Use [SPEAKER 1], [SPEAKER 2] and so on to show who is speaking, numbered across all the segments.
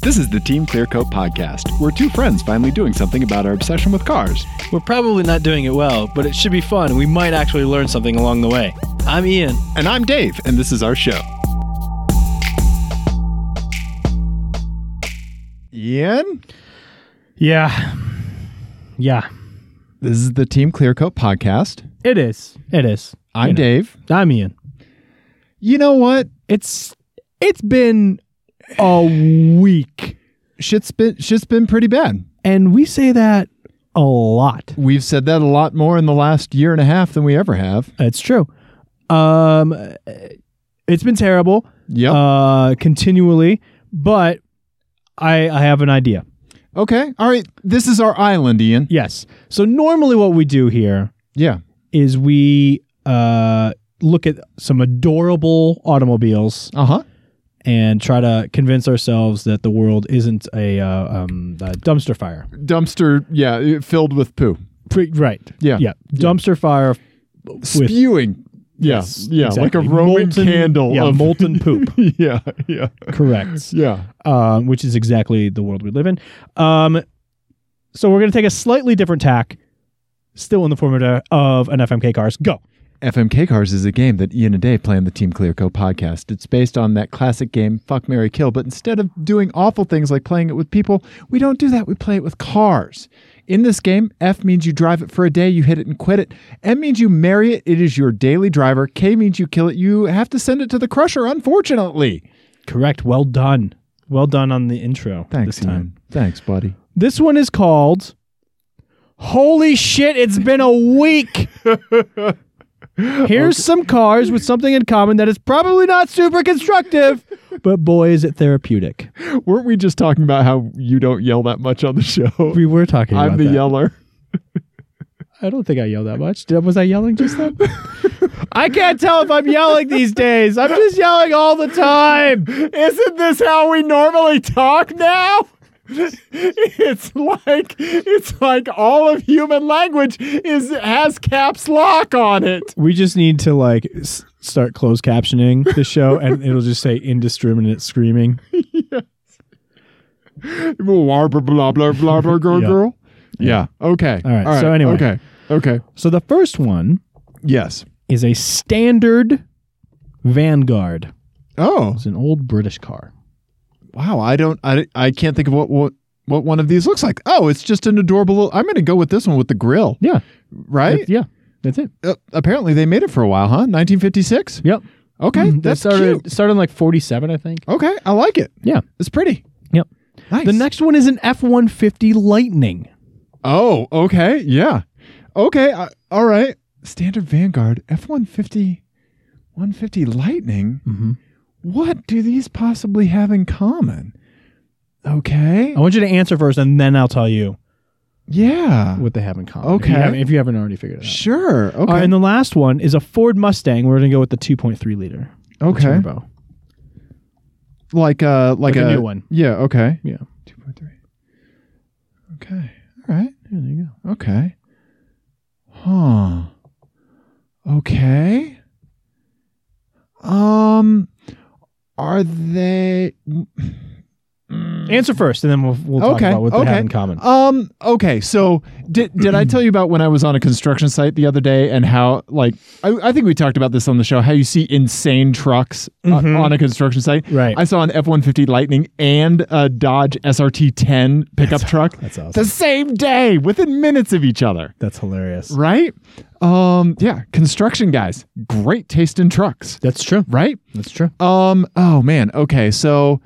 [SPEAKER 1] This is the Team Clear Coat podcast. We're two friends finally doing something about our obsession with cars.
[SPEAKER 2] We're probably not doing it well, but it should be fun and we might actually learn something along the way. I'm Ian.
[SPEAKER 1] And I'm Dave, and this is our show. Ian,
[SPEAKER 3] Yeah. Yeah.
[SPEAKER 1] this is the Team Clear Coat podcast.
[SPEAKER 3] It is. It is.
[SPEAKER 1] I'm
[SPEAKER 3] You know.
[SPEAKER 1] Dave.
[SPEAKER 3] I'm Ian.
[SPEAKER 1] You know what?
[SPEAKER 3] It's it's been a week.
[SPEAKER 1] Shit's been shit's been pretty bad.
[SPEAKER 3] And we say that a lot.
[SPEAKER 1] We've said that a lot more in the last year and a half than we ever have.
[SPEAKER 3] It's true. Um it's been terrible
[SPEAKER 1] Yep.
[SPEAKER 3] uh continually, but I I have an idea.
[SPEAKER 1] okay. All right. This is our island, Ian.
[SPEAKER 3] Yes. So normally what we do here
[SPEAKER 1] Yeah.
[SPEAKER 3] is we uh look at some adorable automobiles
[SPEAKER 1] Uh huh.
[SPEAKER 3] and try to convince ourselves that the world isn't a, uh, um, a dumpster fire.
[SPEAKER 1] Dumpster. Yeah. it- Filled with poo.
[SPEAKER 3] Pre- right.
[SPEAKER 1] Yeah.
[SPEAKER 3] Yeah. Dumpster fire.
[SPEAKER 1] Spewing. Yeah. yeah. Like a
[SPEAKER 3] exactly.
[SPEAKER 1] Roman
[SPEAKER 3] Molten-
[SPEAKER 1] candle.
[SPEAKER 3] Yeah,
[SPEAKER 1] of-
[SPEAKER 3] molten poop.
[SPEAKER 1] yeah. Yeah.
[SPEAKER 3] Correct.
[SPEAKER 1] Yeah.
[SPEAKER 3] Um, which is exactly the world we live in. Um, so we're going to take a slightly different tack, still in the form of a- of an FMK cars. Go.
[SPEAKER 1] FMK Cars is a game that Ian and Dave play on the Team Clear Co podcast. It's based on that classic game, Fuck Mary Kill, but instead of doing awful things like playing it with people, we don't do that. We play it with cars. In this game, F means you drive it for a day, you hit it and quit it. M means you marry it, it is your daily driver. K means you kill it, you have to send it to the crusher, unfortunately.
[SPEAKER 3] Correct. Well done. Well done on the intro.
[SPEAKER 1] Thanks,
[SPEAKER 3] This time.
[SPEAKER 1] Ian. Thanks, buddy.
[SPEAKER 3] This one is called. Holy shit, it's been a week. Here's some cars with something in common that is probably not super constructive, but boy, is it therapeutic.
[SPEAKER 1] Weren't we just talking about how you don't yell that much on the show?
[SPEAKER 3] We were talking
[SPEAKER 1] I'm
[SPEAKER 3] about
[SPEAKER 1] the
[SPEAKER 3] that.
[SPEAKER 1] yeller.
[SPEAKER 3] I don't think I yelled that much. Did, was I yelling just then? I can't tell if I'm yelling these days. I'm just yelling all the time.
[SPEAKER 1] Isn't this how we normally talk now? It's like it's like all of human language is has caps lock on it.
[SPEAKER 3] We just need to like s- start closed captioning the show, and it'll just say indiscriminate screaming.
[SPEAKER 1] Blah blah blah blah blah blah girl
[SPEAKER 3] Yeah.
[SPEAKER 1] girl. Yeah. Okay.
[SPEAKER 3] All right, so anyway.
[SPEAKER 1] Okay. Okay.
[SPEAKER 3] So the first one
[SPEAKER 1] Yes.
[SPEAKER 3] is a standard Vanguard.
[SPEAKER 1] Oh
[SPEAKER 3] It's an old British car.
[SPEAKER 1] wow! I don't. I, I can't think of what what what one of these looks like. Oh, it's just an adorable. Little, I'm going to go with this one with the grill.
[SPEAKER 3] Yeah.
[SPEAKER 1] Right.
[SPEAKER 3] yeah. That's it.
[SPEAKER 1] Uh, apparently they made it for a while, huh? 1956.
[SPEAKER 3] Yep.
[SPEAKER 1] Okay.
[SPEAKER 3] Mm-hmm. That
[SPEAKER 1] That's
[SPEAKER 3] started
[SPEAKER 1] cute.
[SPEAKER 3] started in like 47, I think.
[SPEAKER 1] Okay. I like it.
[SPEAKER 3] Yeah.
[SPEAKER 1] It's pretty.
[SPEAKER 3] Yep.
[SPEAKER 1] Nice.
[SPEAKER 3] The next one is an F-150 Lightning.
[SPEAKER 1] Oh, okay. Yeah. Okay. I, all right. Standard Vanguard F 150 150 Lightning.
[SPEAKER 3] Mhm.
[SPEAKER 1] What do these possibly have in common? Okay.
[SPEAKER 3] I want you to answer first and then I'll tell you
[SPEAKER 1] yeah.
[SPEAKER 3] what they have in common. If you
[SPEAKER 1] Okay.
[SPEAKER 3] haven't, if you haven't already figured it out.
[SPEAKER 1] Sure. Okay.
[SPEAKER 3] All right, Oh, and the last one is a Ford Mustang. We're going to go with the 2.3 liter.
[SPEAKER 1] okay.
[SPEAKER 3] Turbo.
[SPEAKER 1] Like uh like,
[SPEAKER 3] Like a new one.
[SPEAKER 1] Yeah, okay.
[SPEAKER 3] Yeah.
[SPEAKER 1] 2.3. Okay. All right.
[SPEAKER 3] Yeah, there you go.
[SPEAKER 1] Okay. Huh. Okay. Um are they
[SPEAKER 3] Answer first and then we'll, we'll talk
[SPEAKER 1] Okay,
[SPEAKER 3] about what they
[SPEAKER 1] okay.
[SPEAKER 3] have in common.
[SPEAKER 1] Um. Okay. So did did I tell you about when I was on a construction site the other day and how like I, I think we talked about this on the show how you see insane trucks uh,
[SPEAKER 3] Mhm.
[SPEAKER 1] on a construction site.
[SPEAKER 3] Right.
[SPEAKER 1] I saw an F one fifty Lightning and a Dodge SRT ten pickup truck
[SPEAKER 3] That's awesome.
[SPEAKER 1] the same day within minutes of each other.
[SPEAKER 3] That's hilarious.
[SPEAKER 1] Right. Um. Yeah. Construction guys, great taste in trucks.
[SPEAKER 3] That's true.
[SPEAKER 1] Right.
[SPEAKER 3] That's true.
[SPEAKER 1] Um. Oh man. Okay. So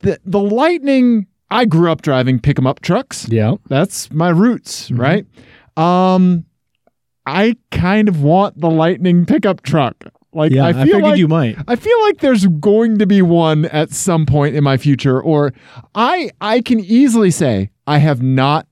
[SPEAKER 1] the the Lightning. I grew up driving pick 'em up trucks.
[SPEAKER 3] Yeah.
[SPEAKER 1] That's my roots,
[SPEAKER 3] Mm-hmm.
[SPEAKER 1] right? Um, I kind of want the lightning pickup truck. Like
[SPEAKER 3] Yeah, I,
[SPEAKER 1] I feel
[SPEAKER 3] figured
[SPEAKER 1] like
[SPEAKER 3] you might.
[SPEAKER 1] I feel like there's going to be one at some point in my future, or I I can easily say I have not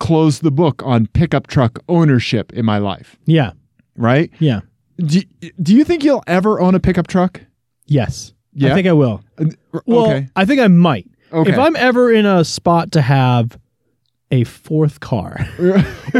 [SPEAKER 1] closed the book on pickup truck ownership in my life.
[SPEAKER 3] Yeah.
[SPEAKER 1] Right?
[SPEAKER 3] Yeah.
[SPEAKER 1] Do, do you think you'll ever own a pickup truck?
[SPEAKER 3] Yes.
[SPEAKER 1] Yeah?
[SPEAKER 3] I think I will.
[SPEAKER 1] Uh,
[SPEAKER 3] Well,
[SPEAKER 1] okay.
[SPEAKER 3] I think I might.
[SPEAKER 1] Okay.
[SPEAKER 3] If I'm ever in a spot to have a fourth car,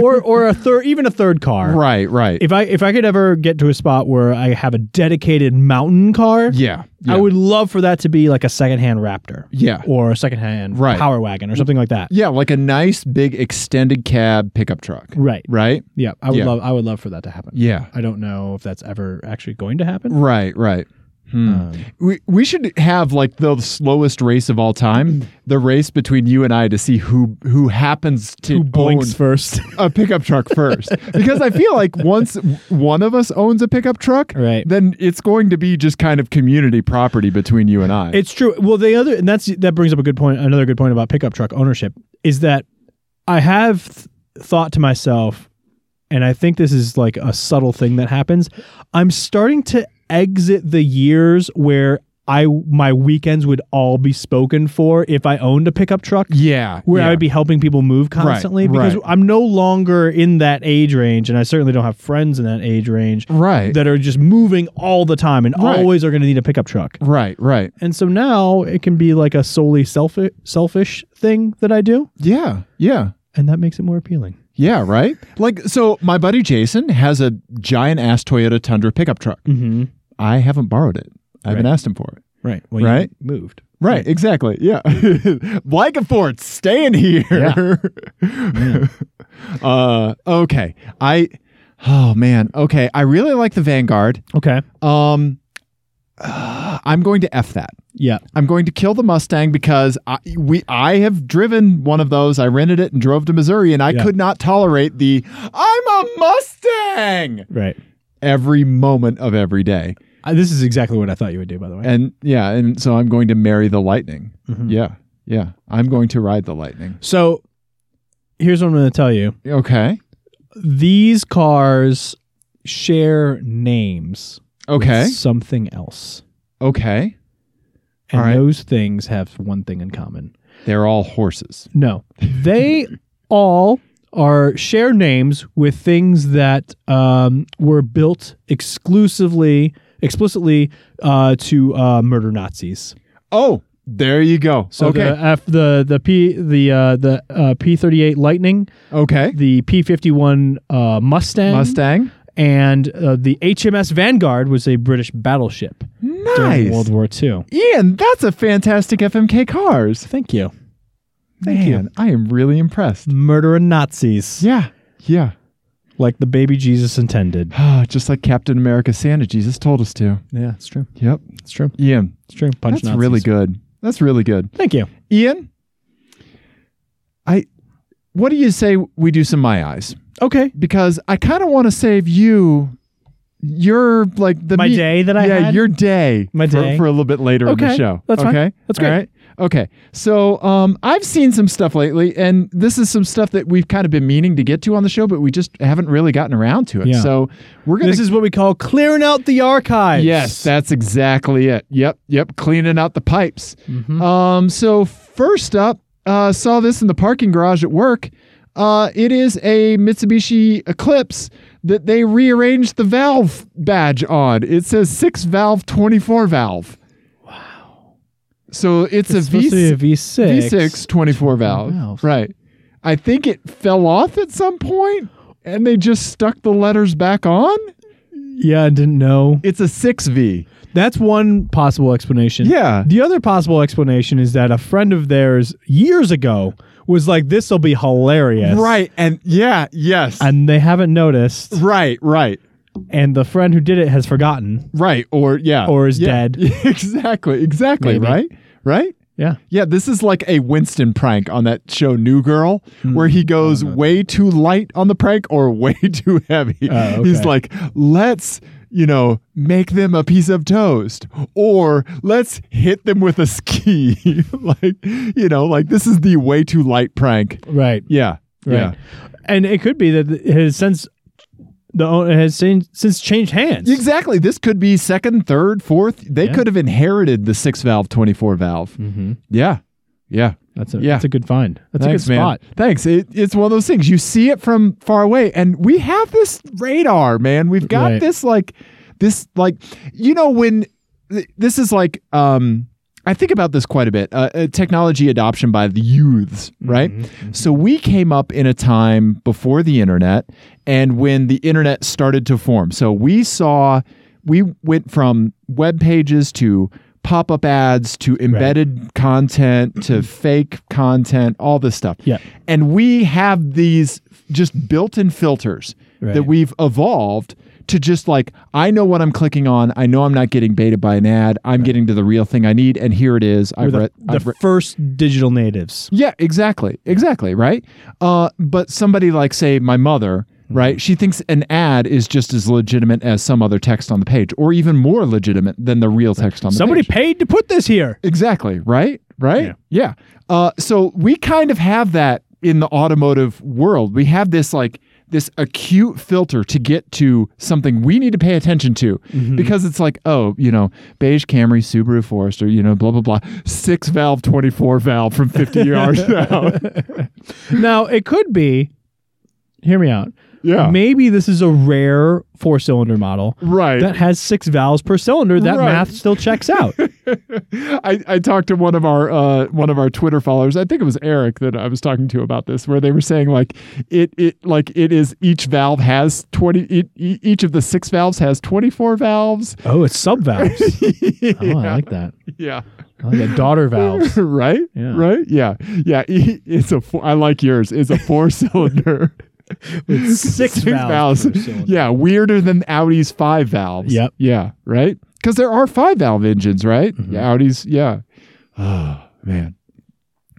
[SPEAKER 3] or or a third, even a third car.
[SPEAKER 1] Right, right.
[SPEAKER 3] If I if I could ever get to a spot where I have a dedicated mountain car,
[SPEAKER 1] yeah, yeah.
[SPEAKER 3] I would love for that to be like a secondhand Raptor,
[SPEAKER 1] Yeah.
[SPEAKER 3] or a secondhand
[SPEAKER 1] Right.
[SPEAKER 3] Power Wagon or something like that.
[SPEAKER 1] Yeah, like a nice big extended cab pickup truck.
[SPEAKER 3] Right.
[SPEAKER 1] Right?
[SPEAKER 3] Yeah, I would
[SPEAKER 1] Yeah.
[SPEAKER 3] love I would love for that to happen.
[SPEAKER 1] Yeah.
[SPEAKER 3] I don't know if that's ever actually going to happen.
[SPEAKER 1] Right, right. Hmm.
[SPEAKER 3] Um,
[SPEAKER 1] we we should have like the slowest race of all time, the race between you and I to see who who happens to
[SPEAKER 3] who blinks
[SPEAKER 1] own
[SPEAKER 3] first?
[SPEAKER 1] a pickup truck first. because I feel like once one of us owns a pickup truck,
[SPEAKER 3] Right.
[SPEAKER 1] then it's going to be just kind of community property between you and I.
[SPEAKER 3] It's true. Well, the other and that's that brings up a good point. Another good point about pickup truck ownership is that I have th- thought to myself, and I think this is like a subtle thing that happens. I'm starting to exit the years where I my weekends would all be spoken for if I owned a pickup truck.
[SPEAKER 1] yeah,
[SPEAKER 3] Where
[SPEAKER 1] yeah.
[SPEAKER 3] I would be helping people move constantly because
[SPEAKER 1] right.
[SPEAKER 3] I'm no longer in that age range, and I certainly don't have friends in that age range
[SPEAKER 1] right,
[SPEAKER 3] that are just moving all the time and
[SPEAKER 1] Right.
[SPEAKER 3] always are going to need a pickup truck.
[SPEAKER 1] right, right.
[SPEAKER 3] And so now it can be like a solely selfish selfish thing that I do,
[SPEAKER 1] Yeah, yeah.
[SPEAKER 3] and that makes it more appealing.
[SPEAKER 1] Yeah, right? Like, so my buddy Jason has a giant ass Toyota Tundra pickup truck.
[SPEAKER 3] Mm-hmm.
[SPEAKER 1] I haven't borrowed it. I haven't
[SPEAKER 3] Right.
[SPEAKER 1] asked him for it.
[SPEAKER 3] Right. Well, you
[SPEAKER 1] Right?
[SPEAKER 3] Moved.
[SPEAKER 1] Right, exactly. Yeah. Blankenford, staying here. uh, okay. I, oh man. Okay. I really like the Vanguard.
[SPEAKER 3] Okay.
[SPEAKER 1] Um, uh, I'm going to F that.
[SPEAKER 3] Yeah.
[SPEAKER 1] I'm going to kill the Mustang because I, we I have driven one of those. I rented it and drove to Missouri, and I
[SPEAKER 3] Yeah.
[SPEAKER 1] could not tolerate the "I'm a Mustang"
[SPEAKER 3] Right.
[SPEAKER 1] every moment of every day.
[SPEAKER 3] I, this is exactly what I thought you would do, by the way.
[SPEAKER 1] And yeah, and so I'm going to marry the Lightning.
[SPEAKER 3] Mhm.
[SPEAKER 1] Yeah, yeah, I'm going to ride the Lightning.
[SPEAKER 3] So here's what I'm going to tell you:
[SPEAKER 1] Okay,
[SPEAKER 3] these cars share names. with
[SPEAKER 1] okay,
[SPEAKER 3] Something else,
[SPEAKER 1] okay.
[SPEAKER 3] and
[SPEAKER 1] All right.
[SPEAKER 3] those things have one thing in common.
[SPEAKER 1] They're all horses.
[SPEAKER 3] No, they all are share names with things that um, were built exclusively, explicitly uh, to uh, murder Nazis.
[SPEAKER 1] Oh, there you go.
[SPEAKER 3] So
[SPEAKER 1] okay,
[SPEAKER 3] the F, the the P the uh, the uh, P thirty eight Lightning,
[SPEAKER 1] okay.
[SPEAKER 3] the P fifty one Mustang,
[SPEAKER 1] Mustang.
[SPEAKER 3] and uh, the HMS Vanguard was a British battleship during World
[SPEAKER 1] Nice,
[SPEAKER 3] War II.
[SPEAKER 1] Ian. That's a fantastic FMK cars.
[SPEAKER 3] Thank you,
[SPEAKER 1] Thank you. I am really impressed.
[SPEAKER 3] Mm. murdering Nazis,
[SPEAKER 1] Yeah, yeah. Ah,
[SPEAKER 3] like the baby Jesus intended.
[SPEAKER 1] Just like Captain America Santa Jesus told us to.
[SPEAKER 3] Yeah, it's true.
[SPEAKER 1] Yep.
[SPEAKER 3] It's true.
[SPEAKER 1] Ian,
[SPEAKER 3] It's true. Punch
[SPEAKER 1] that's really
[SPEAKER 3] Nazis.
[SPEAKER 1] good. That's really good.
[SPEAKER 3] Thank you.
[SPEAKER 1] Ian, I, what do you say we do some my eyes?
[SPEAKER 3] Okay.
[SPEAKER 1] Because I kind of want to save you, your like the
[SPEAKER 3] My
[SPEAKER 1] me-
[SPEAKER 3] day that I
[SPEAKER 1] yeah
[SPEAKER 3] had?
[SPEAKER 1] your day
[SPEAKER 3] My
[SPEAKER 1] for,
[SPEAKER 3] day.
[SPEAKER 1] for a little bit later in the
[SPEAKER 3] Okay.
[SPEAKER 1] show.
[SPEAKER 3] That's
[SPEAKER 1] okay,
[SPEAKER 3] fine. That's
[SPEAKER 1] All
[SPEAKER 3] great.
[SPEAKER 1] right? Okay, so um, I've seen some stuff lately, and this is some stuff that we've kind of been meaning to get to on the show, but we just haven't really gotten around to it.
[SPEAKER 3] Yeah.
[SPEAKER 1] So we're gonna
[SPEAKER 3] This is what we call clearing out the archives.
[SPEAKER 1] Yes, that's exactly it. Yep, yep, cleaning out the pipes.
[SPEAKER 3] Mm-hmm.
[SPEAKER 1] Um, so first up, uh, saw this in the parking garage at work. Uh, it is a Mitsubishi Eclipse that they rearranged the valve badge on. It says six valve, twenty four valve. Wow. So it's,
[SPEAKER 3] it's
[SPEAKER 1] a
[SPEAKER 3] supposed to be a
[SPEAKER 1] V
[SPEAKER 3] V6.
[SPEAKER 1] V6 24 valve.
[SPEAKER 3] valve.
[SPEAKER 1] Right. I think it fell off at some point, and they just stuck the letters back on.
[SPEAKER 3] Yeah, I didn't know.
[SPEAKER 1] It's a six V.
[SPEAKER 3] That's one possible explanation.
[SPEAKER 1] Yeah.
[SPEAKER 3] The other possible explanation is that a friend of theirs years ago was like, this will be hilarious.
[SPEAKER 1] Right. And yeah, yes.
[SPEAKER 3] And they haven't noticed.
[SPEAKER 1] right, right,
[SPEAKER 3] And the friend who did it has forgotten.
[SPEAKER 1] right. Or yeah.
[SPEAKER 3] Or is
[SPEAKER 1] Yeah.
[SPEAKER 3] dead.
[SPEAKER 1] exactly. Exactly.
[SPEAKER 3] Maybe.
[SPEAKER 1] Right. Right.
[SPEAKER 3] Yeah.
[SPEAKER 1] Yeah, this is like a Winston prank on that show New Girl,
[SPEAKER 3] Hmm.
[SPEAKER 1] where he goes way too light on the prank or way too heavy.
[SPEAKER 3] Oh,
[SPEAKER 1] He's
[SPEAKER 3] okay.
[SPEAKER 1] like, let's, you know, make them a piece of toast or let's hit them with a ski. like, you know, like this is the way too light prank.
[SPEAKER 3] Right.
[SPEAKER 1] Yeah. Yeah.
[SPEAKER 3] Right. And it could be that it has since the own- it has sin- since changed hands.
[SPEAKER 1] Exactly. This could be second, third, fourth. They
[SPEAKER 3] Yeah.
[SPEAKER 1] could have inherited the six valve, 24 valve.
[SPEAKER 3] Mm-hmm.
[SPEAKER 1] Yeah. Yeah.
[SPEAKER 3] That's a
[SPEAKER 1] Yeah.
[SPEAKER 3] that's a good find. That's
[SPEAKER 1] Thanks,
[SPEAKER 3] a good spot.
[SPEAKER 1] man. Thanks. It, it's one of those things. You see it from far away, and we have this radar, man. We've got
[SPEAKER 3] Right.
[SPEAKER 1] this, like, this, like, you know, when th- this is like, um, I think about this quite a bit. Uh, uh, technology adoption by the youths, right? So we came up in a time before the internet and when the internet started to form. So we saw, we went from web pages to pop up ads to embedded content to fake content, all this stuff.
[SPEAKER 3] Yeah.
[SPEAKER 1] And we have these just built in filters
[SPEAKER 3] Right.
[SPEAKER 1] that we've evolved to just like I know what I'm clicking on. I know I'm not getting baited by an ad. I'm getting to the real thing I need, and here it is.
[SPEAKER 3] We're
[SPEAKER 1] I've
[SPEAKER 3] the,
[SPEAKER 1] read.
[SPEAKER 3] the
[SPEAKER 1] I've re-
[SPEAKER 3] first digital natives.
[SPEAKER 1] yeah, exactly, exactly, right. Uh, but somebody like say my mother.
[SPEAKER 3] Mm-hmm.
[SPEAKER 1] Right, she thinks an ad is just as legitimate as some other text on the page, or even more legitimate than the real text on the
[SPEAKER 3] Somebody
[SPEAKER 1] page.
[SPEAKER 3] paid to put this here.
[SPEAKER 1] Exactly. Right. Right. Yeah. Uh, so we kind of have that in the automotive world. We have this like this acute filter to get to something we need to pay attention to because it's like, oh, you know, beige Camry, Subaru Forester, you know, blah, blah, blah, six valve, 24 valve from 50 yards out.
[SPEAKER 3] now it could be. Hear me out.
[SPEAKER 1] Yeah.
[SPEAKER 3] Maybe this is a rare four-cylinder model
[SPEAKER 1] Right.
[SPEAKER 3] that has six valves per cylinder. That
[SPEAKER 1] Right.
[SPEAKER 3] math still checks out.
[SPEAKER 1] I, I talked to one of our uh, one of our Twitter followers. I think it was Eric that I was talking to about this, where they were saying like it it like it is each valve has twenty it, e- each of the six valves has twenty four valves.
[SPEAKER 3] oh, it's sub valves. Oh, I like that.
[SPEAKER 1] Yeah,
[SPEAKER 3] I like that. Daughter valves.
[SPEAKER 1] right,
[SPEAKER 3] Yeah.
[SPEAKER 1] right, yeah, yeah. E- It's a four, I like yours. It's a four cylinder.
[SPEAKER 3] With six, valves. per cylinder.
[SPEAKER 1] Yeah, weirder than Audi's five valves.
[SPEAKER 3] Yep. Mm-hmm.
[SPEAKER 1] Yeah, right. Because there are five valve engines, right? Yeah, Audi's. Yeah. Oh man,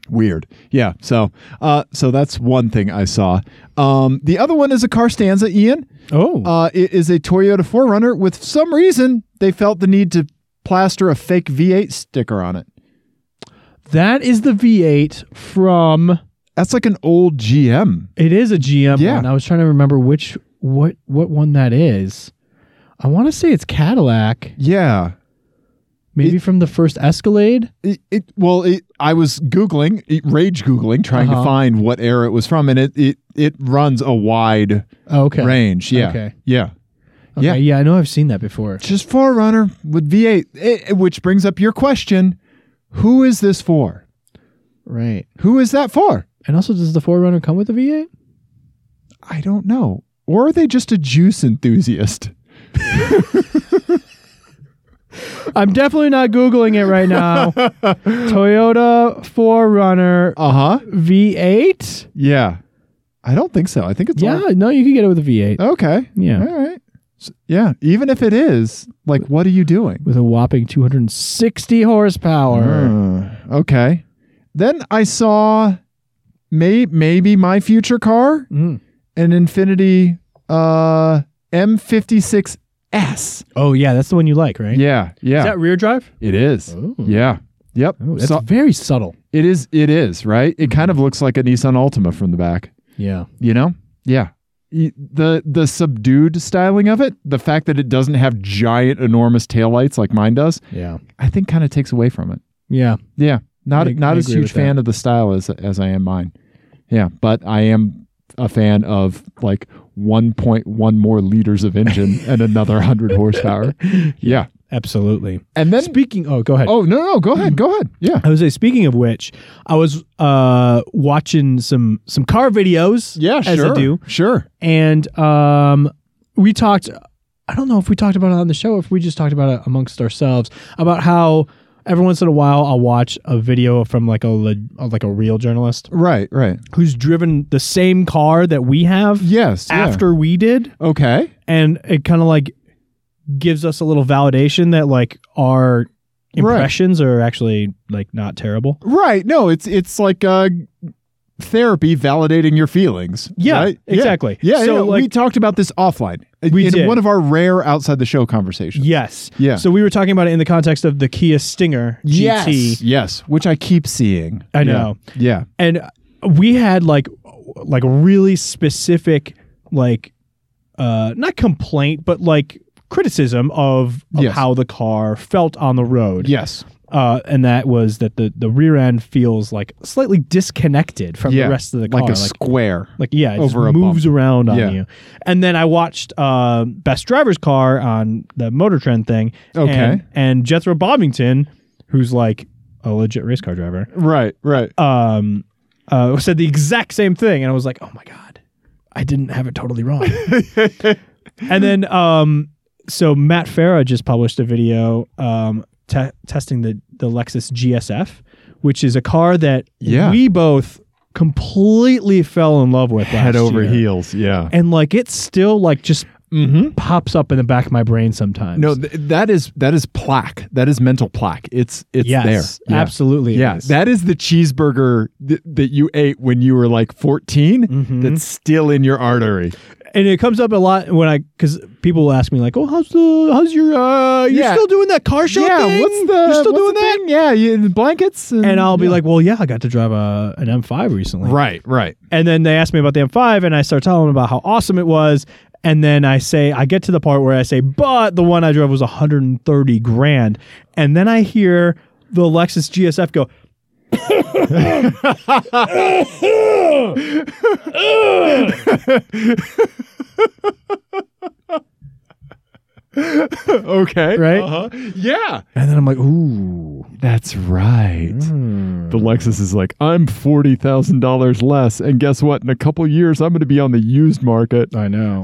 [SPEAKER 1] weird. Yeah. So, uh, so that's one thing I saw. Um, the other one is a car stanza, Ian.
[SPEAKER 3] Oh.
[SPEAKER 1] Uh, it is a Toyota 4Runner. With some reason, they felt the need to plaster a fake V8 sticker on it.
[SPEAKER 3] That is the V8 from.
[SPEAKER 1] That's like an old GM.
[SPEAKER 3] It is a GM
[SPEAKER 1] Yeah.
[SPEAKER 3] one. I was trying to remember which what what one that is. I want to say it's Cadillac,
[SPEAKER 1] Yeah.
[SPEAKER 3] maybe from the first Escalade.
[SPEAKER 1] It, it well, it, I was googling, it, rage googling, trying
[SPEAKER 3] Uh-huh.
[SPEAKER 1] to find what era it was from, and it it, it runs a wide
[SPEAKER 3] Oh, okay.
[SPEAKER 1] range. Yeah,
[SPEAKER 3] Okay.
[SPEAKER 1] yeah,
[SPEAKER 3] Okay,
[SPEAKER 1] Yeah.
[SPEAKER 3] yeah, I know I've seen that before.
[SPEAKER 1] just Forerunner with V8, eh, which brings up your question: Who is this for?
[SPEAKER 3] Right.
[SPEAKER 1] Who is that for?
[SPEAKER 3] And also, does the Forerunner come with a V8?
[SPEAKER 1] I don't know. Or are they just a juice enthusiast?
[SPEAKER 3] I'm definitely not Googling it right now.
[SPEAKER 1] Uh-huh.
[SPEAKER 3] Toyota Forerunner
[SPEAKER 1] Uh huh.
[SPEAKER 3] V8?
[SPEAKER 1] Yeah, I don't think so. I think it's
[SPEAKER 3] Yeah, no, you can get it with a V8.
[SPEAKER 1] Oh. all- okay.
[SPEAKER 3] Yeah.
[SPEAKER 1] all right. S- yeah, even if it is, like, what are you doing?
[SPEAKER 3] With a whopping 260 horsepower.
[SPEAKER 1] Uh, okay. Then I saw may, maybe my future car,
[SPEAKER 3] Mm.
[SPEAKER 1] an Infinity uh, M56S.
[SPEAKER 3] Oh, yeah, that's the one you like, right?
[SPEAKER 1] Yeah, yeah.
[SPEAKER 3] Is that rear drive?
[SPEAKER 1] it is.
[SPEAKER 3] Oh.
[SPEAKER 1] Yeah. Yep.
[SPEAKER 3] Oh, that's
[SPEAKER 1] So-
[SPEAKER 3] very subtle.
[SPEAKER 1] it is it is, right? It kind of looks like a Nissan Altima from the back,
[SPEAKER 3] Yeah.
[SPEAKER 1] you know? Yeah. Y- The the subdued styling of it, the fact that it doesn't have giant enormous taillights like mine does,
[SPEAKER 3] Yeah.
[SPEAKER 1] I think kind of takes away from it.
[SPEAKER 3] Yeah.
[SPEAKER 1] Yeah, not
[SPEAKER 3] I-
[SPEAKER 1] not
[SPEAKER 3] I
[SPEAKER 1] as
[SPEAKER 3] agree
[SPEAKER 1] huge
[SPEAKER 3] with that.
[SPEAKER 1] fan of the style as as I am mine. Yeah, but I am a fan of like 1.1 more liters of engine and another 100 horsepower. Yeah.
[SPEAKER 3] Absolutely.
[SPEAKER 1] And then
[SPEAKER 3] Speaking, oh, go ahead.
[SPEAKER 1] Oh, no, no, go ahead. Go ahead. Yeah.
[SPEAKER 3] I was say, speaking of which, I was uh, watching some some car videos.
[SPEAKER 1] Yeah,
[SPEAKER 3] as
[SPEAKER 1] sure.
[SPEAKER 3] I do,
[SPEAKER 1] Sure.
[SPEAKER 3] and um, we talked. I don't know if we talked about it on the show, or if we just talked about it amongst ourselves about how every once in a while I'll watch a video from like a le- like a real journalist
[SPEAKER 1] Right, right.
[SPEAKER 3] who's driven the same car that we have
[SPEAKER 1] Yes. yeah.
[SPEAKER 3] after we did,
[SPEAKER 1] Okay.
[SPEAKER 3] and it kind of like gives us a little validation that like our impressions are actually like not terrible.
[SPEAKER 1] Right. No, it's it's like uh therapy validating your feelings.
[SPEAKER 3] Yeah,
[SPEAKER 1] right?
[SPEAKER 3] exactly.
[SPEAKER 1] Yeah. yeah,
[SPEAKER 3] So,
[SPEAKER 1] yeah. we
[SPEAKER 3] like-
[SPEAKER 1] talked about this offline
[SPEAKER 3] We
[SPEAKER 1] in
[SPEAKER 3] did.
[SPEAKER 1] one of our rare outside the show conversations.
[SPEAKER 3] Yes.
[SPEAKER 1] Yeah.
[SPEAKER 3] So we were talking about it in the context of the Kia Stinger GT.
[SPEAKER 1] Yes. Yes, which I keep seeing.
[SPEAKER 3] I know.
[SPEAKER 1] Yeah.
[SPEAKER 3] And we had like like really specific like uh not complaint but like criticism of, of
[SPEAKER 1] Yes.
[SPEAKER 3] how the car felt on the road.
[SPEAKER 1] Yes.
[SPEAKER 3] Uh and that was that the the rear end feels like slightly disconnected from
[SPEAKER 1] yeah.
[SPEAKER 3] the rest of the car.
[SPEAKER 1] like a square.
[SPEAKER 3] Like yeah, it
[SPEAKER 1] Over a
[SPEAKER 3] just moves around on
[SPEAKER 1] Yeah.
[SPEAKER 3] you. And then I watched uh, Best Driver's Car on the Motor Trend thing.
[SPEAKER 1] Okay.
[SPEAKER 3] And, and Jethro Bobbington, who's like a legit race car driver,
[SPEAKER 1] Right, right.
[SPEAKER 3] um, uh, said the exact same thing, and I was like, "Oh my god, I didn't have it totally wrong." and then, um, so Matt Farah just published a video um, te- testing the the Lexus GSF, which is a car that
[SPEAKER 1] Yeah.
[SPEAKER 3] we both completely fell in love with.
[SPEAKER 1] Head
[SPEAKER 3] last
[SPEAKER 1] over
[SPEAKER 3] year.
[SPEAKER 1] heels. Yeah.
[SPEAKER 3] and like it still like just
[SPEAKER 1] Mm-hmm.
[SPEAKER 3] pops up in the back of my brain sometimes.
[SPEAKER 1] No, th- that is that is plaque. That is mental plaque. It's it's
[SPEAKER 3] yes,
[SPEAKER 1] there. Yeah.
[SPEAKER 3] absolutely, it
[SPEAKER 1] Yeah,
[SPEAKER 3] is.
[SPEAKER 1] that is the cheeseburger th- that you ate when you were like 14
[SPEAKER 3] Mhm.
[SPEAKER 1] that's still in your artery.
[SPEAKER 3] and it comes up a lot when I because people will ask me like, "Oh, how's the how's your uh, you're
[SPEAKER 1] Yeah.
[SPEAKER 3] still doing that car show
[SPEAKER 1] yeah,
[SPEAKER 3] thing?
[SPEAKER 1] what's the
[SPEAKER 3] you're still
[SPEAKER 1] what's
[SPEAKER 3] doing
[SPEAKER 1] the
[SPEAKER 3] that?"
[SPEAKER 1] thing? Yeah, you, the blankets
[SPEAKER 3] And uh, I'll be
[SPEAKER 1] yeah.
[SPEAKER 3] like, "Well, yeah, I got to drive a an M5 recently."
[SPEAKER 1] right, right.
[SPEAKER 3] And then they ask me about the M5, and I start telling them about how awesome it was. And then I say, I get to the part where I say, "But the one I drove was 130 grand," and then I hear the Lexus GSF go.
[SPEAKER 1] Okay.
[SPEAKER 3] Right?
[SPEAKER 1] Uh-huh. Yeah.
[SPEAKER 3] And then I'm like, ooh.
[SPEAKER 1] That's right. The Lexus is like, I'm $40,000 less. And guess what? In a couple years, I'm going to be on the used market.
[SPEAKER 3] I know.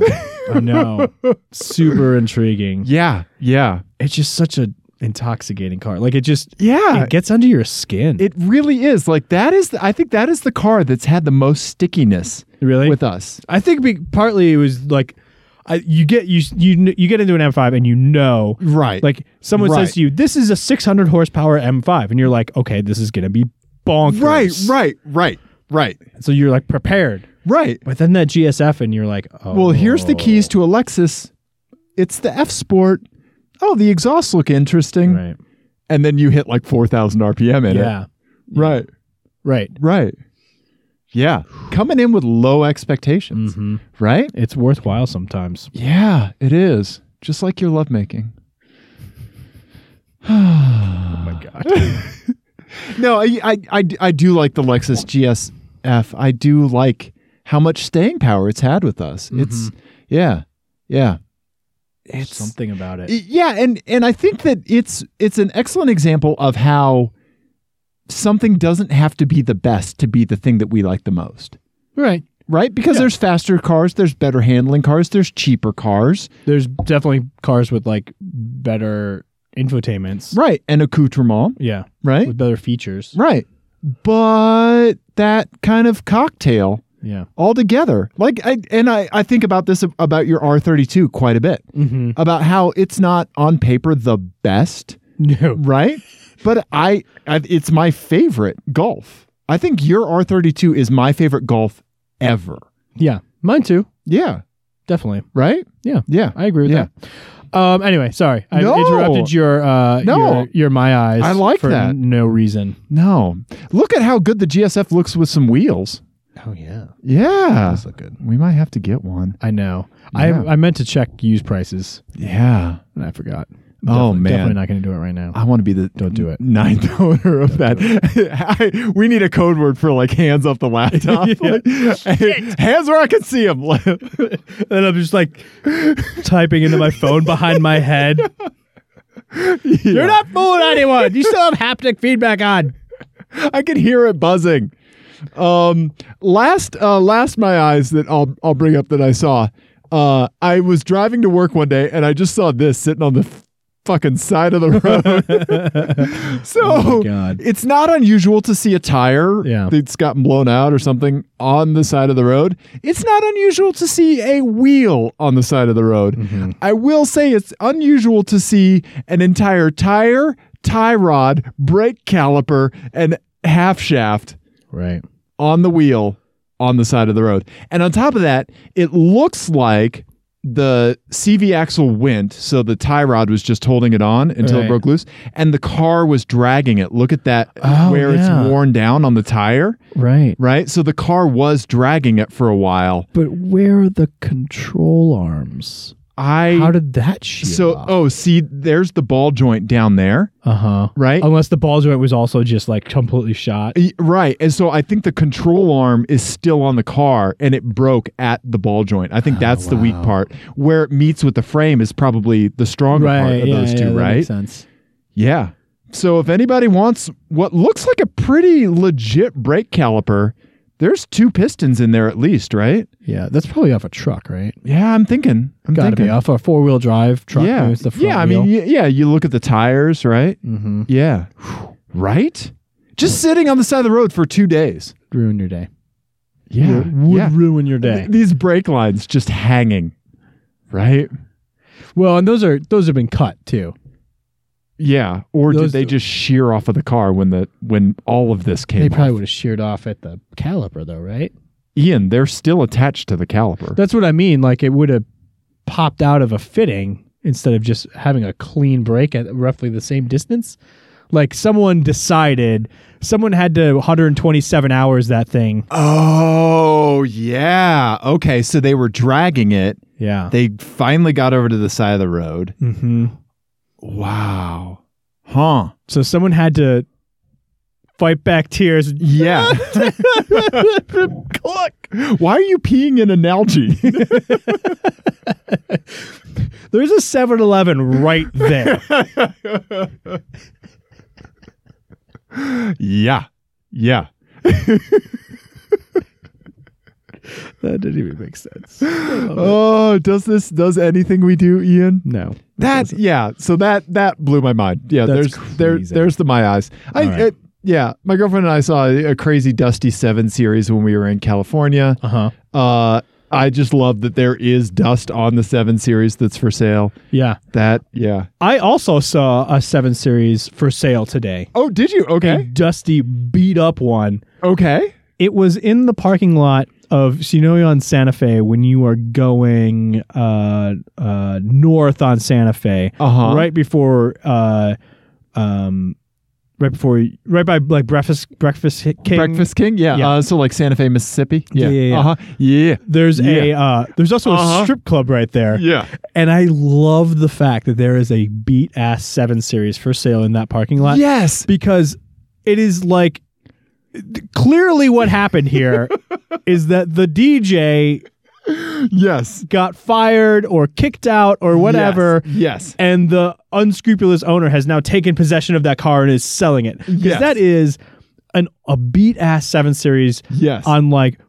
[SPEAKER 3] I know. Super intriguing.
[SPEAKER 1] Yeah. Yeah.
[SPEAKER 3] It's just such a intoxicating car. Like it just
[SPEAKER 1] Yeah.
[SPEAKER 3] it gets under your skin.
[SPEAKER 1] It really is. Like, that is, the, I think that is the car that's had the most stickiness
[SPEAKER 3] really?
[SPEAKER 1] with us.
[SPEAKER 3] I think be, partly it was like I, you get you you kn- you get into an M5 and you know
[SPEAKER 1] Right.
[SPEAKER 3] like someone
[SPEAKER 1] Right.
[SPEAKER 3] says to you this is a 600 horsepower M5 and you're like okay this is going to be bonkers.
[SPEAKER 1] right, right, right, right,
[SPEAKER 3] So you're like prepared.
[SPEAKER 1] right.
[SPEAKER 3] But then that GSF and you're like oh
[SPEAKER 1] Well, here's the keys to a Lexus it's the F Sport. Oh, the exhausts look interesting.
[SPEAKER 3] right.
[SPEAKER 1] And then you hit like 4,000 RPM in it.
[SPEAKER 3] Yeah.
[SPEAKER 1] Right.
[SPEAKER 3] Right.
[SPEAKER 1] Right. Yeah. Mm-hmm. Coming in with low expectations,
[SPEAKER 3] Mhm.
[SPEAKER 1] right?
[SPEAKER 3] It's worthwhile sometimes.
[SPEAKER 1] Yeah, it is. Just like your lovemaking.
[SPEAKER 3] Oh my god.
[SPEAKER 1] No, I, I, I, I do like the Lexus GSF. I do like how much staying power it's had with us.
[SPEAKER 3] Mm-hmm.
[SPEAKER 1] It's, yeah, yeah. It's,
[SPEAKER 3] something about it.
[SPEAKER 1] yeah and and i think that it's it's an excellent example of how something doesn't have to be the best to be the thing that we like the most
[SPEAKER 3] Right.
[SPEAKER 1] right because
[SPEAKER 3] Yeah.
[SPEAKER 1] there's faster cars there's better handling cars there's cheaper cars
[SPEAKER 3] There's definitely cars with like better infotainments.
[SPEAKER 1] right and accoutrement
[SPEAKER 3] Yeah.
[SPEAKER 1] right
[SPEAKER 3] With better features.
[SPEAKER 1] right but that kind of cocktail
[SPEAKER 3] Yeah.
[SPEAKER 1] altogether like i and i i think about this ab- about your r32 quite a bit
[SPEAKER 3] Mm-hmm.
[SPEAKER 1] about how it's not on paper the best
[SPEAKER 3] No.
[SPEAKER 1] right? But I, I, it's my favorite golf. I think your R32 is my favorite golf ever.
[SPEAKER 3] Yeah. Mine too.
[SPEAKER 1] Yeah.
[SPEAKER 3] Definitely.
[SPEAKER 1] Right.
[SPEAKER 3] Yeah.
[SPEAKER 1] Yeah.
[SPEAKER 3] I agree with
[SPEAKER 1] Yeah.
[SPEAKER 3] that. Um. Anyway, sorry. I
[SPEAKER 1] No.
[SPEAKER 3] interrupted your uh
[SPEAKER 1] No.
[SPEAKER 3] your, your my eyes.
[SPEAKER 1] I like
[SPEAKER 3] for
[SPEAKER 1] that.
[SPEAKER 3] No reason.
[SPEAKER 1] No. Look at how good the GSF looks with some wheels.
[SPEAKER 3] Oh yeah.
[SPEAKER 1] Yeah.
[SPEAKER 3] look good.
[SPEAKER 1] We might have to get one.
[SPEAKER 3] I know.
[SPEAKER 1] Yeah.
[SPEAKER 3] I I meant to check used prices
[SPEAKER 1] Yeah.
[SPEAKER 3] and I forgot.
[SPEAKER 1] Oh,
[SPEAKER 3] Definitely-
[SPEAKER 1] man.
[SPEAKER 3] Definitely not going to do it right now.
[SPEAKER 1] I want to be the
[SPEAKER 3] Don't do it.
[SPEAKER 1] ninth owner of that. I, we need a code word for like hands off the laptop.
[SPEAKER 3] Yeah.
[SPEAKER 1] Like, hands where I can see them.
[SPEAKER 3] and I'm just like typing into my phone behind my head. You're not fooling anyone. You still have haptic feedback on.
[SPEAKER 1] I can hear it buzzing. Um, last, uh, last, my eyes that I'll I'll bring up that I saw. Uh, I was driving to work one day and I just saw this sitting on the f- fucking side of the road. so
[SPEAKER 3] Oh my God.
[SPEAKER 1] it's not unusual to see a tire
[SPEAKER 3] Yeah.
[SPEAKER 1] that's gotten blown out or something on the side of the road. It's not unusual to see a wheel on the side of the road.
[SPEAKER 3] Mm-hmm.
[SPEAKER 1] I will say it's unusual to see an entire tire, tie rod, brake caliper, and half shaft
[SPEAKER 3] Right.
[SPEAKER 1] on the wheel on the side of the road. And on top of that, it looks like the CV axle went, so the tie rod was just holding it on until
[SPEAKER 3] Right.
[SPEAKER 1] it broke loose, and the car was dragging it. Look at that
[SPEAKER 3] Oh,
[SPEAKER 1] where
[SPEAKER 3] yeah.
[SPEAKER 1] it's worn down on the tire,
[SPEAKER 3] Right.
[SPEAKER 1] right? So the car was dragging it for a while.
[SPEAKER 3] But where are the control arms?
[SPEAKER 1] I
[SPEAKER 3] How did that shit?
[SPEAKER 1] so oh, see, there's the ball joint down there,
[SPEAKER 3] uh
[SPEAKER 4] Uh-huh.
[SPEAKER 3] huh.
[SPEAKER 1] right?
[SPEAKER 3] Unless the ball joint was also just like completely shot.
[SPEAKER 1] Y- Right. And so I think the control arm is still on the car and it broke at the ball joint. I
[SPEAKER 4] Oh,
[SPEAKER 1] think that's the weak
[SPEAKER 3] wow.
[SPEAKER 1] part. Where it meets with the frame is probably the stronger part of those two, right?
[SPEAKER 3] sense.
[SPEAKER 1] Yeah. So if anybody wants what looks like a pretty legit brake caliper, there's two pistons in there at least, right?
[SPEAKER 4] Yeah, that's probably off a truck, right?
[SPEAKER 1] Yeah, I'm thinking. I'm
[SPEAKER 4] Got to
[SPEAKER 1] thinking.
[SPEAKER 4] be off a four wheel drive truck.
[SPEAKER 1] yeah,
[SPEAKER 4] It's the front
[SPEAKER 1] yeah. I mean, y- yeah. You look at the tires, right?
[SPEAKER 4] mm-hmm.
[SPEAKER 1] Yeah, right. Just sitting on the side of the road for two days.
[SPEAKER 4] ruin your day.
[SPEAKER 1] Yeah,
[SPEAKER 3] would
[SPEAKER 1] yeah.
[SPEAKER 3] ruin your day.
[SPEAKER 1] Th- These brake lines just hanging, right?
[SPEAKER 4] Well, and those are those have been cut too.
[SPEAKER 1] Yeah. Or did
[SPEAKER 4] Those-
[SPEAKER 1] they just shear off of the car when the when all of this came?
[SPEAKER 4] They probably
[SPEAKER 1] off?
[SPEAKER 4] would have sheared off at the caliper though, right?
[SPEAKER 1] Ian, they're still attached to the caliper.
[SPEAKER 4] That's what I mean. Like it would have popped out of a fitting instead of just having a clean break at roughly the same distance.
[SPEAKER 3] Like someone decided, someone had to 127 hours that thing.
[SPEAKER 1] Oh, yeah. Okay, so they were dragging it.
[SPEAKER 3] Yeah.
[SPEAKER 1] They finally got over to the side of the road.
[SPEAKER 3] Mm-hmm.
[SPEAKER 1] Wow. Huh.
[SPEAKER 3] So someone had to fight back tears.
[SPEAKER 1] Yeah. Cluck. Why are you peeing in an algae?
[SPEAKER 3] There's a 7-Eleven right there.
[SPEAKER 1] yeah. Yeah.
[SPEAKER 4] That didn't even make sense.
[SPEAKER 1] Oh, does this does anything we do, Ian?
[SPEAKER 4] No.
[SPEAKER 1] That yeah. So that that blew my mind. Yeah,
[SPEAKER 4] That's
[SPEAKER 1] there's there
[SPEAKER 4] crazy.
[SPEAKER 1] there's the my eyes. I
[SPEAKER 4] All right.
[SPEAKER 1] it, yeah, my girlfriend and I saw a crazy Dusty Seven series when we were in California.
[SPEAKER 4] Uh huh.
[SPEAKER 1] Uh, I just love that there is dust on the Seven series that's for sale.
[SPEAKER 3] yeah.
[SPEAKER 1] That yeah.
[SPEAKER 3] I also saw a 7 series for sale today.
[SPEAKER 1] Oh, did you?
[SPEAKER 3] A dusty beat up one.
[SPEAKER 1] okay.
[SPEAKER 3] It was in the parking lot of so you know you're on Santa Fe when you are going uh, uh, north on Santa Fe,
[SPEAKER 1] Uh-huh.
[SPEAKER 3] right before, uh, um, right before, right by like breakfast, breakfast, King.
[SPEAKER 1] Breakfast King, yeah.
[SPEAKER 3] Yeah.
[SPEAKER 1] Uh, so like Santa Fe, Mississippi,
[SPEAKER 3] Yeah, yeah, yeah.
[SPEAKER 1] uh-huh. yeah,
[SPEAKER 3] There's a
[SPEAKER 1] Yeah.
[SPEAKER 3] uh, there's also
[SPEAKER 1] Uh-huh.
[SPEAKER 3] a strip club right there,
[SPEAKER 1] yeah.
[SPEAKER 3] and I love the fact that there is a beat ass seven series for sale in that parking lot.
[SPEAKER 1] Yes,
[SPEAKER 3] because it is like clearly what happened here is that the DJ
[SPEAKER 1] yes,
[SPEAKER 3] got fired or kicked out or whatever.
[SPEAKER 1] Yes,
[SPEAKER 3] And the unscrupulous owner has now taken possession of that car and is selling it. Because
[SPEAKER 1] Yes.
[SPEAKER 3] that is an a beat ass seven series
[SPEAKER 1] yes,
[SPEAKER 3] on like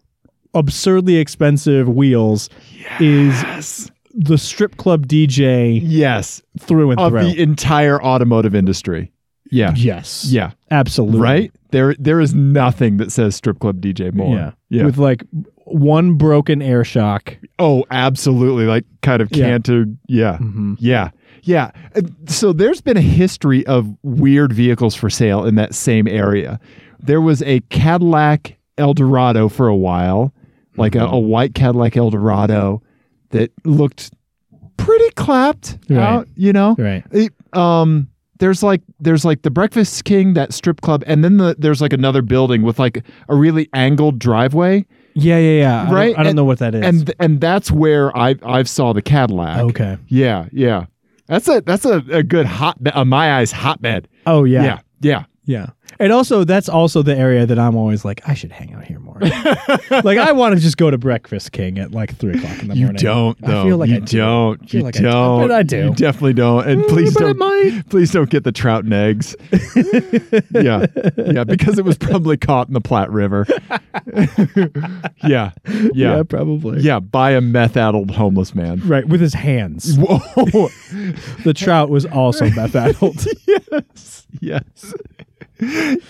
[SPEAKER 3] absurdly expensive wheels is
[SPEAKER 1] yes,
[SPEAKER 3] the strip club DJ
[SPEAKER 1] yes.
[SPEAKER 3] through and
[SPEAKER 1] Of
[SPEAKER 3] through.
[SPEAKER 1] the entire automotive industry, yeah,
[SPEAKER 3] yes.
[SPEAKER 1] yeah,
[SPEAKER 3] Absolutely.
[SPEAKER 1] right. There, there is nothing that says strip club DJ more.
[SPEAKER 3] Yeah.
[SPEAKER 1] yeah.
[SPEAKER 3] With like one broken air shock.
[SPEAKER 1] oh, absolutely. Like kind of
[SPEAKER 3] Yeah.
[SPEAKER 1] canted. Yeah,
[SPEAKER 4] Mm-hmm.
[SPEAKER 1] yeah, yeah. Uh, So there's been a history of weird vehicles for sale in that same area. There was a Cadillac Eldorado for a while, like
[SPEAKER 3] Mm-hmm.
[SPEAKER 1] a, a white Cadillac Eldorado that looked pretty clapped
[SPEAKER 4] Right.
[SPEAKER 1] out. You know,
[SPEAKER 4] Right.
[SPEAKER 1] it, um there's like there's like the breakfast king that strip club and then the, there's like another building with like a really angled driveway
[SPEAKER 3] Yeah, yeah, yeah. I don't- I
[SPEAKER 1] Right?
[SPEAKER 3] don't,
[SPEAKER 1] And-
[SPEAKER 3] know what that is.
[SPEAKER 1] and and that's where i i've saw the cadillac
[SPEAKER 3] okay.
[SPEAKER 1] yeah yeah that's a that's a, a good hot uh, my eyes hotbed
[SPEAKER 3] Oh yeah,
[SPEAKER 1] yeah yeah
[SPEAKER 3] yeah. And also, that's also the area that I'm always like, I should hang out here more. like, I want to just go to Breakfast King at like three o'clock in the morning. I feel like I do.
[SPEAKER 1] don't
[SPEAKER 3] feel like I do, but I do.
[SPEAKER 1] definitely don't and please
[SPEAKER 3] but I might.
[SPEAKER 1] please don't get the trout and eggs yeah yeah because it was probably caught in the platte river yeah yeah
[SPEAKER 4] probably.
[SPEAKER 1] Yeah, by a meth addled homeless man.
[SPEAKER 3] Right with his hands.
[SPEAKER 1] Whoa.
[SPEAKER 3] The trout was also Beth Adult.
[SPEAKER 1] yes. Yes.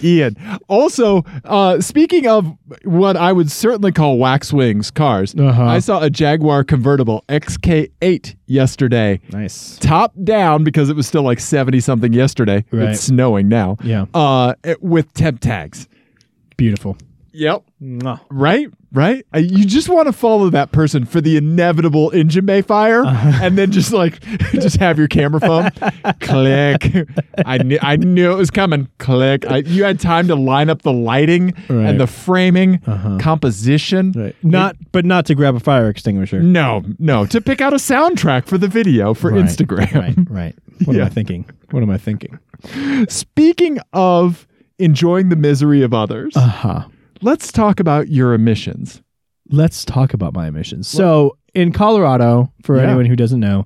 [SPEAKER 1] Ian. Also, uh, speaking of what I would certainly call wax wings cars,
[SPEAKER 4] Uh-huh.
[SPEAKER 1] I saw a Jaguar convertible XK8 yesterday,
[SPEAKER 4] Nice.
[SPEAKER 1] top down because it was still like 70 something yesterday.
[SPEAKER 4] Right.
[SPEAKER 1] It's snowing now.
[SPEAKER 4] Yeah.
[SPEAKER 1] Uh, it- with temp tags.
[SPEAKER 4] Beautiful.
[SPEAKER 1] Yep. Right? Right? Uh, You just want to follow that person for the inevitable engine bay fire and then just like just have your camera phone click. I knew I knew it was coming. Click. I, you had time to line up the lighting
[SPEAKER 4] Right.
[SPEAKER 1] and the framing, composition.
[SPEAKER 4] Right.
[SPEAKER 3] Not, but not to grab a fire extinguisher.
[SPEAKER 1] No, no, to pick out a soundtrack for the video for
[SPEAKER 4] Right.
[SPEAKER 1] Instagram.
[SPEAKER 4] Right. Right.
[SPEAKER 3] What
[SPEAKER 1] Yeah.
[SPEAKER 3] am I thinking? What am I thinking?
[SPEAKER 1] Speaking of enjoying the misery of others,
[SPEAKER 3] Uh-huh.
[SPEAKER 4] Uh huh.
[SPEAKER 1] let's talk about your emissions.
[SPEAKER 4] Let's talk about my emissions. So in Colorado, for
[SPEAKER 1] Yeah.
[SPEAKER 4] anyone who doesn't know,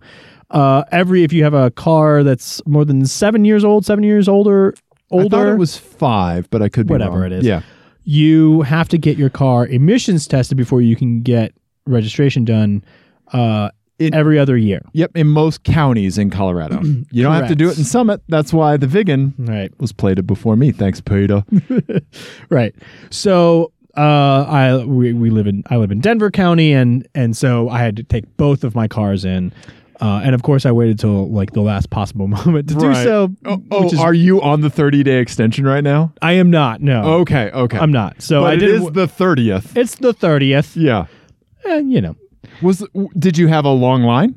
[SPEAKER 3] Uh, every if you have a car that's more than seven years old, seven years
[SPEAKER 1] I
[SPEAKER 3] older,
[SPEAKER 1] thought
[SPEAKER 3] older,
[SPEAKER 1] it was five, but I could be
[SPEAKER 3] Whatever
[SPEAKER 1] wrong.
[SPEAKER 3] it is.
[SPEAKER 1] Yeah.
[SPEAKER 3] you have to get your car emissions tested before you can get registration done. Uh,
[SPEAKER 1] In-
[SPEAKER 3] every other year,
[SPEAKER 1] Yep. In most counties in Colorado, you don't have to do it in
[SPEAKER 3] Correct.
[SPEAKER 1] Summit. That's why the Vigan
[SPEAKER 3] right?
[SPEAKER 1] was plated before me. Thanks, Peter.
[SPEAKER 3] Right. So uh, I we, we live in I live in Denver County, and and so I had to take both of my cars in, uh, and of course I waited till like the last possible moment to do
[SPEAKER 1] Right.
[SPEAKER 3] so.
[SPEAKER 1] Oh, oh
[SPEAKER 3] which is-
[SPEAKER 1] are you on the 30 day extension right now?
[SPEAKER 3] I am not. No,
[SPEAKER 1] Okay. Okay.
[SPEAKER 3] I'm not. So
[SPEAKER 1] But
[SPEAKER 3] I
[SPEAKER 1] it
[SPEAKER 3] did.
[SPEAKER 1] is the 30th.
[SPEAKER 3] it's the thirtieth.
[SPEAKER 1] Yeah.
[SPEAKER 3] And you know,
[SPEAKER 1] Was w- did you have a long line?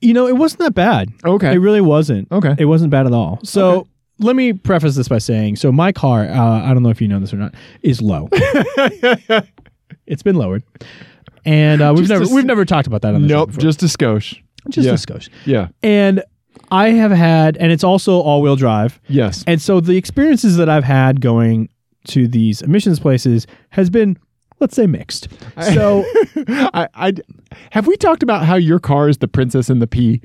[SPEAKER 3] you know, it wasn't that bad.
[SPEAKER 1] Okay.
[SPEAKER 3] It really wasn't.
[SPEAKER 1] Okay.
[SPEAKER 3] It wasn't bad at all. So
[SPEAKER 1] Okay.
[SPEAKER 3] let me preface this by saying so my car, uh, I don't know if you know this or not, is low. it's been lowered. And uh, we've
[SPEAKER 1] Just
[SPEAKER 3] never
[SPEAKER 1] a s-
[SPEAKER 3] we've never talked about that on the show.
[SPEAKER 1] nope.
[SPEAKER 3] before.
[SPEAKER 1] Just a skosh.
[SPEAKER 3] just
[SPEAKER 1] yeah.
[SPEAKER 3] a skosh.
[SPEAKER 1] Yeah.
[SPEAKER 3] And I have had and it's also all wheel drive.
[SPEAKER 1] Yes.
[SPEAKER 3] And so the experiences that I've had going to these emissions places has been let's say mixed. So
[SPEAKER 1] I, I have we talked about how your car is the princess and the pea.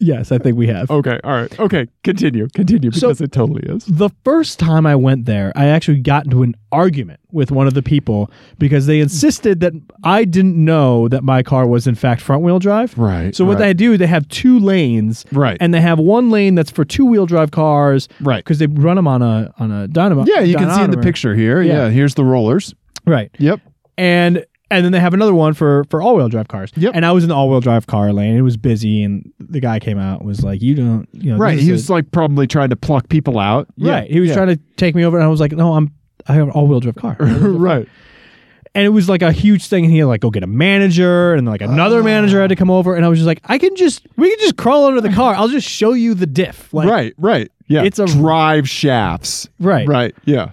[SPEAKER 3] yes, I think we have.
[SPEAKER 1] Okay. All right. Okay. Continue. Continue
[SPEAKER 3] So-
[SPEAKER 1] because it totally is.
[SPEAKER 3] The first time I went there, I actually got into an argument with one of the people because they insisted that I didn't know that my car was in fact front wheel drive.
[SPEAKER 1] Right,
[SPEAKER 3] So what
[SPEAKER 1] right.
[SPEAKER 3] they do, they have two lanes.
[SPEAKER 1] Right.
[SPEAKER 3] And they have one lane that's for two wheel drive cars.
[SPEAKER 1] Right.
[SPEAKER 3] Because they run them on a on a dynamo.
[SPEAKER 1] Yeah, you can see in the
[SPEAKER 3] dynamometer.
[SPEAKER 1] picture here.
[SPEAKER 3] Yeah.
[SPEAKER 1] Yeah. here's the rollers.
[SPEAKER 3] Right.
[SPEAKER 1] Yep.
[SPEAKER 3] And and then they have another one for for all wheel drive cars.
[SPEAKER 1] Yep.
[SPEAKER 3] And I was in the all wheel drive car lane. It was busy, and the guy came out and was like, "You don't, you know." this
[SPEAKER 1] Right.
[SPEAKER 3] is
[SPEAKER 1] He
[SPEAKER 3] a-
[SPEAKER 1] was like probably trying to pluck people out. Yeah,
[SPEAKER 3] right. He was
[SPEAKER 1] yeah.
[SPEAKER 3] trying to take me over, and I was like, "No, I'm." I have an all-wheel drive car.
[SPEAKER 1] right.
[SPEAKER 3] and it was like a huge thing and he had like go get a manager and like another manager had to come over and i was just like i can just we can just crawl under the car i'll just show you the diff like
[SPEAKER 1] right. Right. Yeah.
[SPEAKER 3] It's a-
[SPEAKER 1] drive shafts.
[SPEAKER 3] right
[SPEAKER 1] Right. Yeah.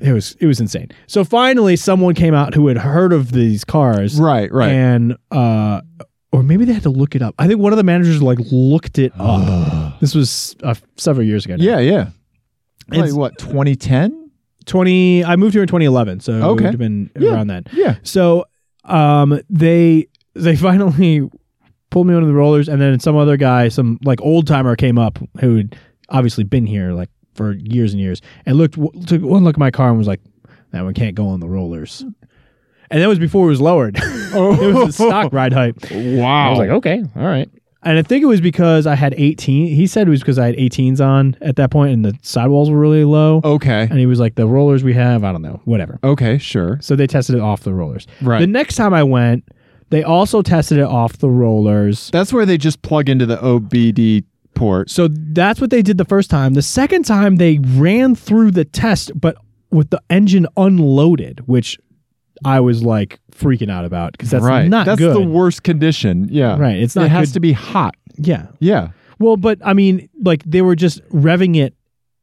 [SPEAKER 3] it was it was insane so finally someone came out who had heard of these cars
[SPEAKER 1] Right. Right.
[SPEAKER 3] and uh or maybe they had to look it up i think one of the managers like looked it up this was uh, several years ago now.
[SPEAKER 1] yeah. Yeah. Probably
[SPEAKER 3] It's-
[SPEAKER 1] what 2010.
[SPEAKER 3] 20 i moved here in 2011 so it
[SPEAKER 1] Okay.
[SPEAKER 3] would have been
[SPEAKER 1] Yeah.
[SPEAKER 3] around then
[SPEAKER 1] Yeah.
[SPEAKER 3] So um, they they finally pulled me onto the rollers, and then some other guy, some like old timer, came up who had obviously been here like for years and years, and looked w- took one look at my car and was like, "That one can't go on the rollers." And that was before it was lowered. it was a stock ride height.
[SPEAKER 1] Wow.
[SPEAKER 4] I was like, okay, all right.
[SPEAKER 3] And I think it was because I had 18. He said it was because I had 18s on at that point and the sidewalls were really low.
[SPEAKER 1] okay.
[SPEAKER 3] And he was like, the rollers we have, I don't know, whatever.
[SPEAKER 1] Okay. Sure.
[SPEAKER 3] So they tested it off the rollers.
[SPEAKER 1] Right.
[SPEAKER 3] The next time I went, they also tested it off the rollers.
[SPEAKER 1] That's where they just plug into the OBD port.
[SPEAKER 3] So that's what they did the first time. The second time they ran through the test, but with the engine unloaded, which I was like freaking out about because that's
[SPEAKER 1] right.
[SPEAKER 3] not
[SPEAKER 1] That's
[SPEAKER 3] good.
[SPEAKER 1] the worst condition. Yeah.
[SPEAKER 3] Right. It's
[SPEAKER 1] it
[SPEAKER 3] not
[SPEAKER 1] has
[SPEAKER 3] good.
[SPEAKER 1] to be hot.
[SPEAKER 3] yeah.
[SPEAKER 1] Yeah.
[SPEAKER 3] Well, but I mean, like they were just revving it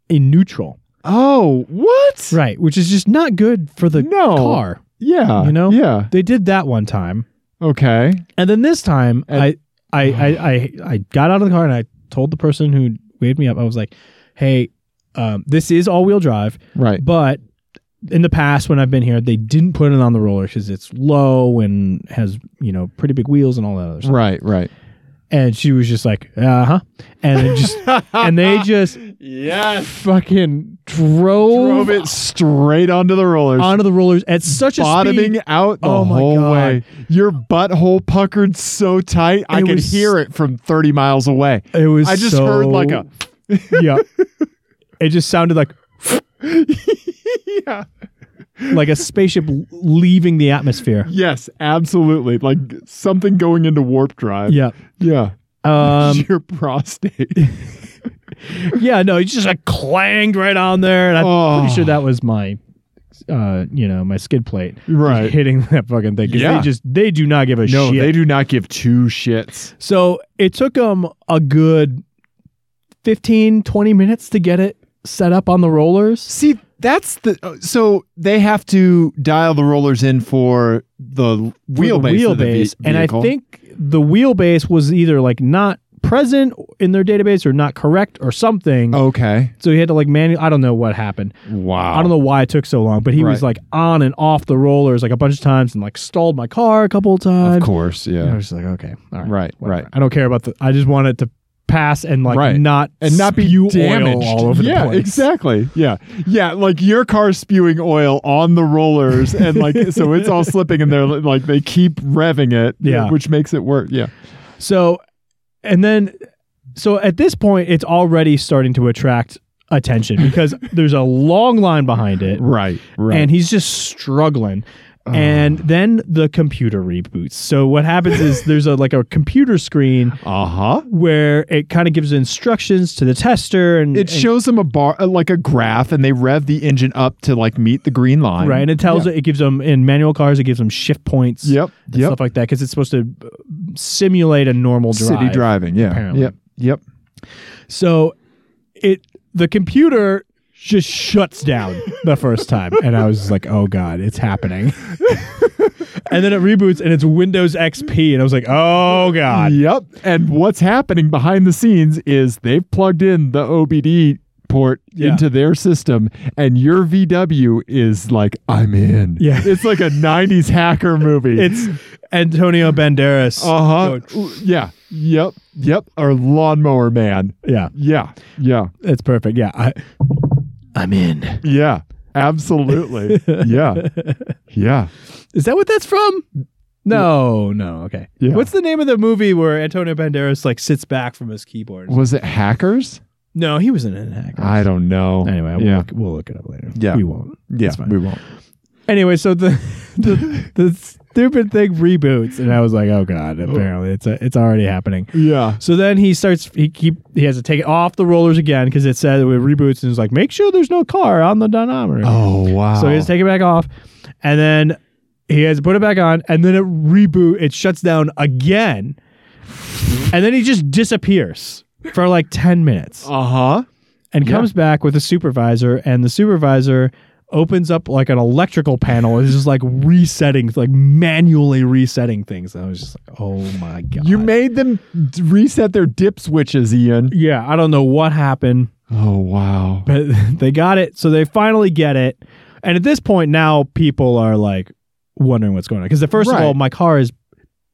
[SPEAKER 3] in neutral,
[SPEAKER 1] Oh, what?
[SPEAKER 3] right? Which is just not good for the
[SPEAKER 1] No.
[SPEAKER 3] car.
[SPEAKER 1] Yeah.
[SPEAKER 3] You know?
[SPEAKER 1] Yeah.
[SPEAKER 3] They did that one time.
[SPEAKER 1] Okay.
[SPEAKER 3] And then this time,
[SPEAKER 1] And-
[SPEAKER 3] I, I, I, I, I got out of the car and I told the person who waved me up, I was like, hey, um, this is all wheel drive,
[SPEAKER 1] Right.
[SPEAKER 3] but in the past when I've been here, they didn't put it on the roller because it's low and has, you know, pretty big wheels and all that other stuff.
[SPEAKER 1] Right. Right.
[SPEAKER 3] And she was just like, uh huh. And then just, and they just
[SPEAKER 1] Yes.
[SPEAKER 3] fucking drove,
[SPEAKER 1] Drove it straight onto the rollers.
[SPEAKER 3] onto the rollers at such a
[SPEAKER 1] bottoming
[SPEAKER 3] speed.
[SPEAKER 1] out the
[SPEAKER 3] Oh my
[SPEAKER 1] whole
[SPEAKER 3] God.
[SPEAKER 1] way. Your butthole puckered so tight, I
[SPEAKER 3] It
[SPEAKER 1] could
[SPEAKER 3] was-
[SPEAKER 1] hear it from 30 miles away.
[SPEAKER 3] It was
[SPEAKER 1] I just
[SPEAKER 3] so-
[SPEAKER 1] heard like a.
[SPEAKER 3] yeah. It just sounded like
[SPEAKER 1] Yeah.
[SPEAKER 3] like a spaceship l- leaving the atmosphere.
[SPEAKER 1] Yes, absolutely. Like something going into warp drive.
[SPEAKER 3] Yeah.
[SPEAKER 1] Yeah.
[SPEAKER 3] Um,
[SPEAKER 1] Your prostate.
[SPEAKER 3] yeah, no, it just like clanged right on there. And I'm pretty
[SPEAKER 1] Oh.
[SPEAKER 3] sure that was my, uh, you know, my skid plate. just
[SPEAKER 1] Right.
[SPEAKER 3] hitting that fucking thing. 'cause
[SPEAKER 1] Yeah.
[SPEAKER 3] They just, they do not give a
[SPEAKER 1] No,
[SPEAKER 3] shit.
[SPEAKER 1] they do not give two shits.
[SPEAKER 3] So it took them a good 15, 20 minutes to get it set up on the rollers.
[SPEAKER 1] See, that's the uh, so they have to dial the rollers in for the
[SPEAKER 3] for the
[SPEAKER 1] wheelbase, of the ve-
[SPEAKER 3] wheelbase. and I
[SPEAKER 1] vehicle.
[SPEAKER 3] think the wheelbase was either like not present in their database or not correct or something.
[SPEAKER 1] Oh. Okay.
[SPEAKER 3] So he had to like manually. I don't know what happened.
[SPEAKER 1] Wow.
[SPEAKER 3] I don't know why it took so long, but he was
[SPEAKER 1] Right.
[SPEAKER 3] like on and off the rollers like a bunch of times and like stalled my car a couple of times.
[SPEAKER 1] Of course.
[SPEAKER 3] And I
[SPEAKER 1] Yeah.
[SPEAKER 3] was just like, okay, all right,
[SPEAKER 1] Right.
[SPEAKER 3] whatever.
[SPEAKER 1] Right.
[SPEAKER 3] I don't care about the. I just want it to pass and like
[SPEAKER 1] Right.
[SPEAKER 3] not
[SPEAKER 1] And not be
[SPEAKER 3] spew
[SPEAKER 1] damaged
[SPEAKER 3] oil all over
[SPEAKER 1] yeah,
[SPEAKER 3] the place.
[SPEAKER 1] exactly. Yeah, yeah. Like your car spewing oil on the rollers, and like so it's all slipping, and they're like they keep revving it.
[SPEAKER 3] Yeah.
[SPEAKER 1] which makes it work. Yeah,
[SPEAKER 3] So, and then, so at this point, it's already starting to attract attention because there's a long line behind it,
[SPEAKER 1] right, right.
[SPEAKER 3] and he's just struggling. And then the computer reboots. So what happens is there's a like a computer screen
[SPEAKER 1] uh
[SPEAKER 3] Uh-huh.
[SPEAKER 1] huh.
[SPEAKER 3] where it kind of gives instructions to the tester and
[SPEAKER 1] It
[SPEAKER 3] and-
[SPEAKER 1] shows them a bar, uh, like a graph, and they rev the engine up to like meet the green line.
[SPEAKER 3] right, and it tells it, it gives them in manual cars, it gives them shift points,
[SPEAKER 1] Yep.
[SPEAKER 3] and
[SPEAKER 1] Yep.
[SPEAKER 3] stuff like that, because it's supposed to uh, simulate a normal drive.
[SPEAKER 1] City driving. Yeah.
[SPEAKER 3] apparently.
[SPEAKER 1] Yep. Yep.
[SPEAKER 3] So it the computer just shuts down the first time and I was like, "Oh god, it's happening." and then it reboots and it's Windows XP and I was like, "Oh god."
[SPEAKER 1] Yep. And what's happening behind the scenes is they've plugged in the OBD port
[SPEAKER 3] Yeah.
[SPEAKER 1] into their system and your VW is like I'm in.
[SPEAKER 3] Yeah.
[SPEAKER 1] It's like a 90s hacker movie.
[SPEAKER 3] It's Antonio Banderas.
[SPEAKER 1] uh-huh. Ooh, Yeah. Yep. Yep. Or lawnmower man.
[SPEAKER 3] Yeah,
[SPEAKER 1] Yeah. Yeah.
[SPEAKER 3] it's perfect. Yeah. I, I'm in.
[SPEAKER 1] Yeah. Absolutely. yeah. Yeah.
[SPEAKER 3] Is that what that's from? No, no, okay.
[SPEAKER 1] Yeah.
[SPEAKER 3] What's the name of the movie where Antonio Banderas like sits back from his keyboard?
[SPEAKER 1] Was it hackers?
[SPEAKER 3] No, he wasn't in Hack.
[SPEAKER 1] I don't know.
[SPEAKER 3] Anyway, we'll,
[SPEAKER 1] Uh, yeah.
[SPEAKER 3] look, we'll look it up later.
[SPEAKER 1] Yeah.
[SPEAKER 3] We won't.
[SPEAKER 1] Yeah.
[SPEAKER 3] It's fine.
[SPEAKER 1] We won't.
[SPEAKER 3] anyway, so the the, the stupid thing reboots, and I was like, oh god, apparently it's it's already happening.
[SPEAKER 1] Yeah.
[SPEAKER 3] So then he starts he keep he has to take it off the rollers again because it said it reboots and it's like make sure there's no car on the dynamometer.
[SPEAKER 1] Oh wow.
[SPEAKER 3] So he has to take it back off, and then he has to put it back on, and then it reboot it shuts down again, and then he just disappears for like ten minutes
[SPEAKER 1] uh-huh.
[SPEAKER 3] and comes back with a supervisor, and the supervisor opens up like an electrical panel and is just like resetting, like manually resetting things. And I was just like, oh my god.
[SPEAKER 1] You made them d- reset their dip switches, Ian.
[SPEAKER 3] yeah, I don't know what happened,
[SPEAKER 1] Oh wow.
[SPEAKER 3] but they got it. So they finally get it. And at this point now people are like wondering what's going on. Because the first
[SPEAKER 1] Right.
[SPEAKER 3] of all, my car is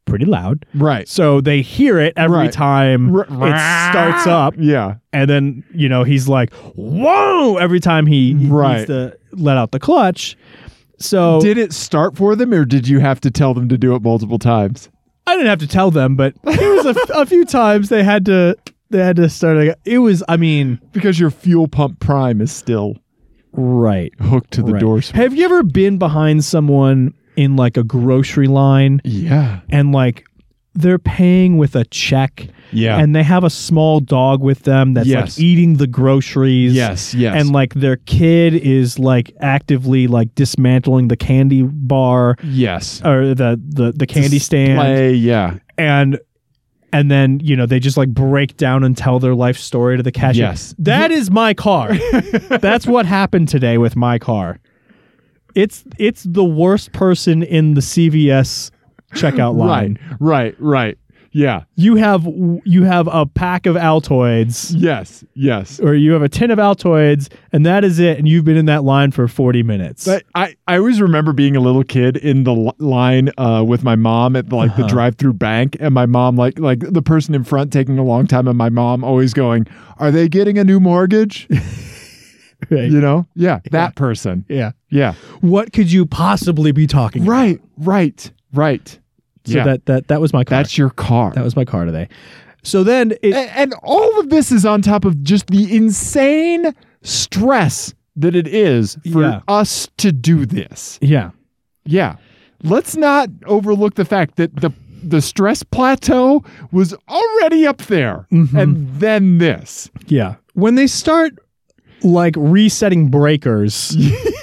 [SPEAKER 3] pretty loud.
[SPEAKER 1] Right.
[SPEAKER 3] So they hear it every
[SPEAKER 1] Right.
[SPEAKER 3] time
[SPEAKER 1] R-
[SPEAKER 3] it starts up.
[SPEAKER 1] Yeah.
[SPEAKER 3] and then you know he's like whoa every time he
[SPEAKER 1] Right.
[SPEAKER 3] needs to let out the clutch so
[SPEAKER 1] Did it start for them or did you have to tell them to do it multiple times?
[SPEAKER 3] i didn't have to tell them but it was a, a few times they had to they had to start like, it was i mean
[SPEAKER 1] Because your fuel pump prime is still
[SPEAKER 3] right
[SPEAKER 1] hooked to the
[SPEAKER 3] right.
[SPEAKER 1] door. switch.
[SPEAKER 3] have you ever been behind someone in like a grocery line
[SPEAKER 1] Yeah.
[SPEAKER 3] and like they're paying with a check
[SPEAKER 1] Yeah.
[SPEAKER 3] and they have a small dog with them that's
[SPEAKER 1] Yes.
[SPEAKER 3] like eating the groceries
[SPEAKER 1] yes, yes.
[SPEAKER 3] and like their kid is like actively like dismantling the candy bar
[SPEAKER 1] yes.
[SPEAKER 3] or the the, the candy stand
[SPEAKER 1] Play, yeah.
[SPEAKER 3] and and then you know they just like break down and tell their life story to the cashier
[SPEAKER 1] Yes.
[SPEAKER 3] that is my car that's what happened today with my car it's it's the worst person in the cvs checkout line
[SPEAKER 1] Right. Right, right. Yeah.
[SPEAKER 3] you have you have a pack of altoids
[SPEAKER 1] Yes. Yes.
[SPEAKER 3] or you have a tin of Altoids, and that is it, and you've been in that line for 40 minutes.
[SPEAKER 1] But I, I always remember being a little kid in the l- line uh, with my mom at like
[SPEAKER 3] Uh-huh.
[SPEAKER 1] the drive-through bank, and my mom like like the person in front taking a long time, and my mom always going, "Are they getting a new mortgage?"
[SPEAKER 3] Right.
[SPEAKER 1] You know, yeah, that person,
[SPEAKER 3] yeah.
[SPEAKER 1] yeah,
[SPEAKER 3] What could you possibly be talking about?
[SPEAKER 1] right, right, right.
[SPEAKER 3] So
[SPEAKER 1] yeah,
[SPEAKER 3] that, that that was my car.
[SPEAKER 1] that's your car.
[SPEAKER 3] that was my car today. So then it,
[SPEAKER 1] A- and all of this is on top of just the insane stress that it is for
[SPEAKER 3] Yeah.
[SPEAKER 1] us to do this.
[SPEAKER 3] yeah.
[SPEAKER 1] Yeah. Let's not overlook the fact that the the stress plateau was already up there and then this.
[SPEAKER 3] Yeah. When they start like resetting breakers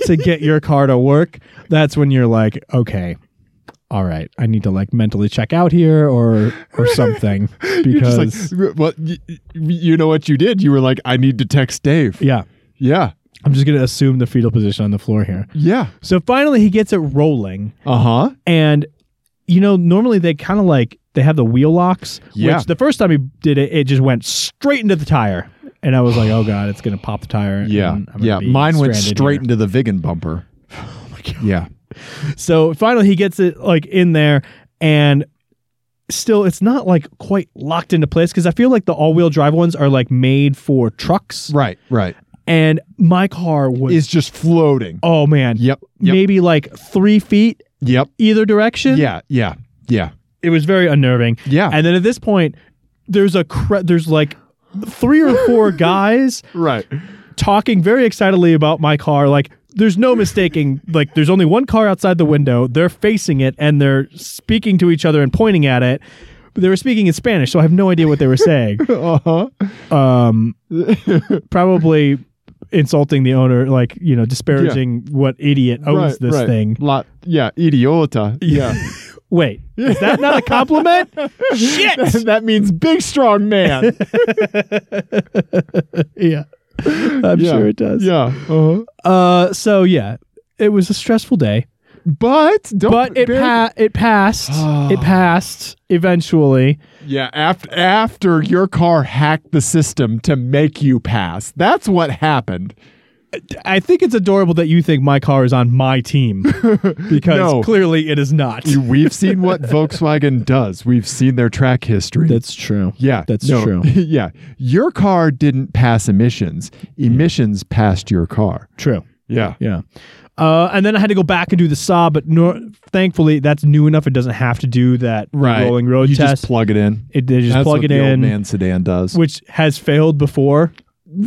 [SPEAKER 3] to get your car to work, that's when you're like, okay, all right, I need to like mentally check out here or or something because
[SPEAKER 1] You're just like, well, y- y- you know what you did? You were like, I need to text Dave.
[SPEAKER 3] yeah,
[SPEAKER 1] Yeah.
[SPEAKER 3] I'm just going to assume the fetal position on the floor here.
[SPEAKER 1] Yeah.
[SPEAKER 3] So finally he gets it rolling
[SPEAKER 1] Uh huh.
[SPEAKER 3] and you know normally they kind of like They have the wheel locks.
[SPEAKER 1] Yeah.
[SPEAKER 3] Which the first time he did it, it just went straight into the tire, and I was like, "Oh God, it's gonna pop the tire." and
[SPEAKER 1] Yeah.
[SPEAKER 3] I'm gonna
[SPEAKER 1] Yeah.
[SPEAKER 3] be
[SPEAKER 1] Mine went
[SPEAKER 3] stranded
[SPEAKER 1] straight
[SPEAKER 3] here.
[SPEAKER 1] into the Vigan bumper. Oh Yeah.
[SPEAKER 3] So finally, he gets it like in there, and still, it's not like quite locked into place because I feel like the all-wheel drive ones are like made for trucks,
[SPEAKER 1] Right. Right.
[SPEAKER 3] and my car was
[SPEAKER 1] Is just floating.
[SPEAKER 3] oh man,
[SPEAKER 1] Yep. Yep.
[SPEAKER 3] maybe like three feet
[SPEAKER 1] Yep.
[SPEAKER 3] either direction.
[SPEAKER 1] Yeah. Yeah. Yeah.
[SPEAKER 3] it was very unnerving.
[SPEAKER 1] Yeah.
[SPEAKER 3] and then at this point, there's a cre- there's like three or four guys
[SPEAKER 1] Right.
[SPEAKER 3] talking very excitedly about my car. Like, there's no mistaking. like, there's only one car outside the window. They're facing it and they're speaking to each other and pointing at it. But they were speaking in Spanish, so I have no idea what they were saying.
[SPEAKER 1] Uh huh.
[SPEAKER 3] Um, probably insulting the owner, like you know, disparaging what idiot owns
[SPEAKER 1] Right,
[SPEAKER 3] this
[SPEAKER 1] right.
[SPEAKER 3] thing.
[SPEAKER 1] Lot. Yeah. Idiota. Yeah.
[SPEAKER 3] Wait, is that not a compliment? Shit.
[SPEAKER 1] that means big strong man.
[SPEAKER 3] yeah, I'm
[SPEAKER 1] Yeah.
[SPEAKER 3] sure it does.
[SPEAKER 1] yeah. Uh-huh.
[SPEAKER 3] Uh, so yeah, it was a stressful day,
[SPEAKER 1] But don't.
[SPEAKER 3] but it
[SPEAKER 1] bear-
[SPEAKER 3] pa- it passed. it passed eventually.
[SPEAKER 1] Yeah. After after your car hacked the system to make you pass. That's what happened.
[SPEAKER 3] I think it's adorable that you think my car is on my team because
[SPEAKER 1] No.
[SPEAKER 3] clearly it is not.
[SPEAKER 1] We've seen what Volkswagen does. We've seen their track history.
[SPEAKER 3] true.
[SPEAKER 1] yeah,
[SPEAKER 3] that's
[SPEAKER 1] no,
[SPEAKER 3] true.
[SPEAKER 1] Yeah, your car didn't pass emissions. Emissions passed your car.
[SPEAKER 3] True.
[SPEAKER 1] Yeah,
[SPEAKER 3] Yeah. Uh, and then I had to go back and do the saw, but nor- thankfully that's new enough. It doesn't have to do that rolling road
[SPEAKER 1] you
[SPEAKER 3] test.
[SPEAKER 1] just plug it in.
[SPEAKER 3] it, they just
[SPEAKER 1] That's
[SPEAKER 3] plug
[SPEAKER 1] what
[SPEAKER 3] it
[SPEAKER 1] the old
[SPEAKER 3] in,
[SPEAKER 1] man sedan does.
[SPEAKER 3] which has failed before.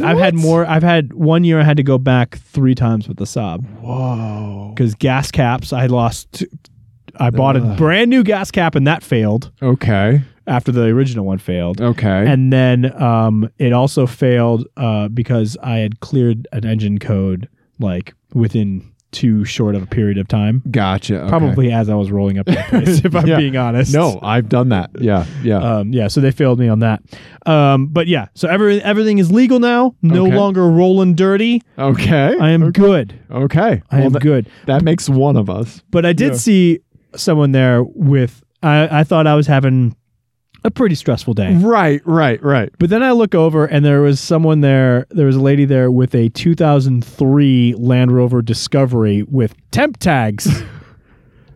[SPEAKER 3] I've had more. I've had one year. I had to go back three times with the Saab.
[SPEAKER 1] Whoa.
[SPEAKER 3] because gas caps I lost. t- I bought a brand new gas cap and that failed
[SPEAKER 1] Okay.
[SPEAKER 3] after the original one failed.
[SPEAKER 1] Okay.
[SPEAKER 3] And then um, it also failed uh, because I had cleared an engine code like within too short of a period of time.
[SPEAKER 1] gotcha. okay.
[SPEAKER 3] Probably as I was rolling up that place, if I'm
[SPEAKER 1] Yeah.
[SPEAKER 3] being honest.
[SPEAKER 1] No, I've done that. Yeah. Yeah.
[SPEAKER 3] Um, yeah, so they failed me on that. Um, but yeah, so every, everything is legal now. No
[SPEAKER 1] Okay.
[SPEAKER 3] longer rolling dirty.
[SPEAKER 1] okay.
[SPEAKER 3] I am good.
[SPEAKER 1] okay.
[SPEAKER 3] I
[SPEAKER 1] Well,
[SPEAKER 3] am
[SPEAKER 1] that,
[SPEAKER 3] good.
[SPEAKER 1] that makes one of us.
[SPEAKER 3] But I did see someone there with I, I thought I was having a pretty stressful day.
[SPEAKER 1] Right. Right. Right.
[SPEAKER 3] But then I look over and there was someone there, there was a lady there with a 2003 Land Rover Discovery with temp tags.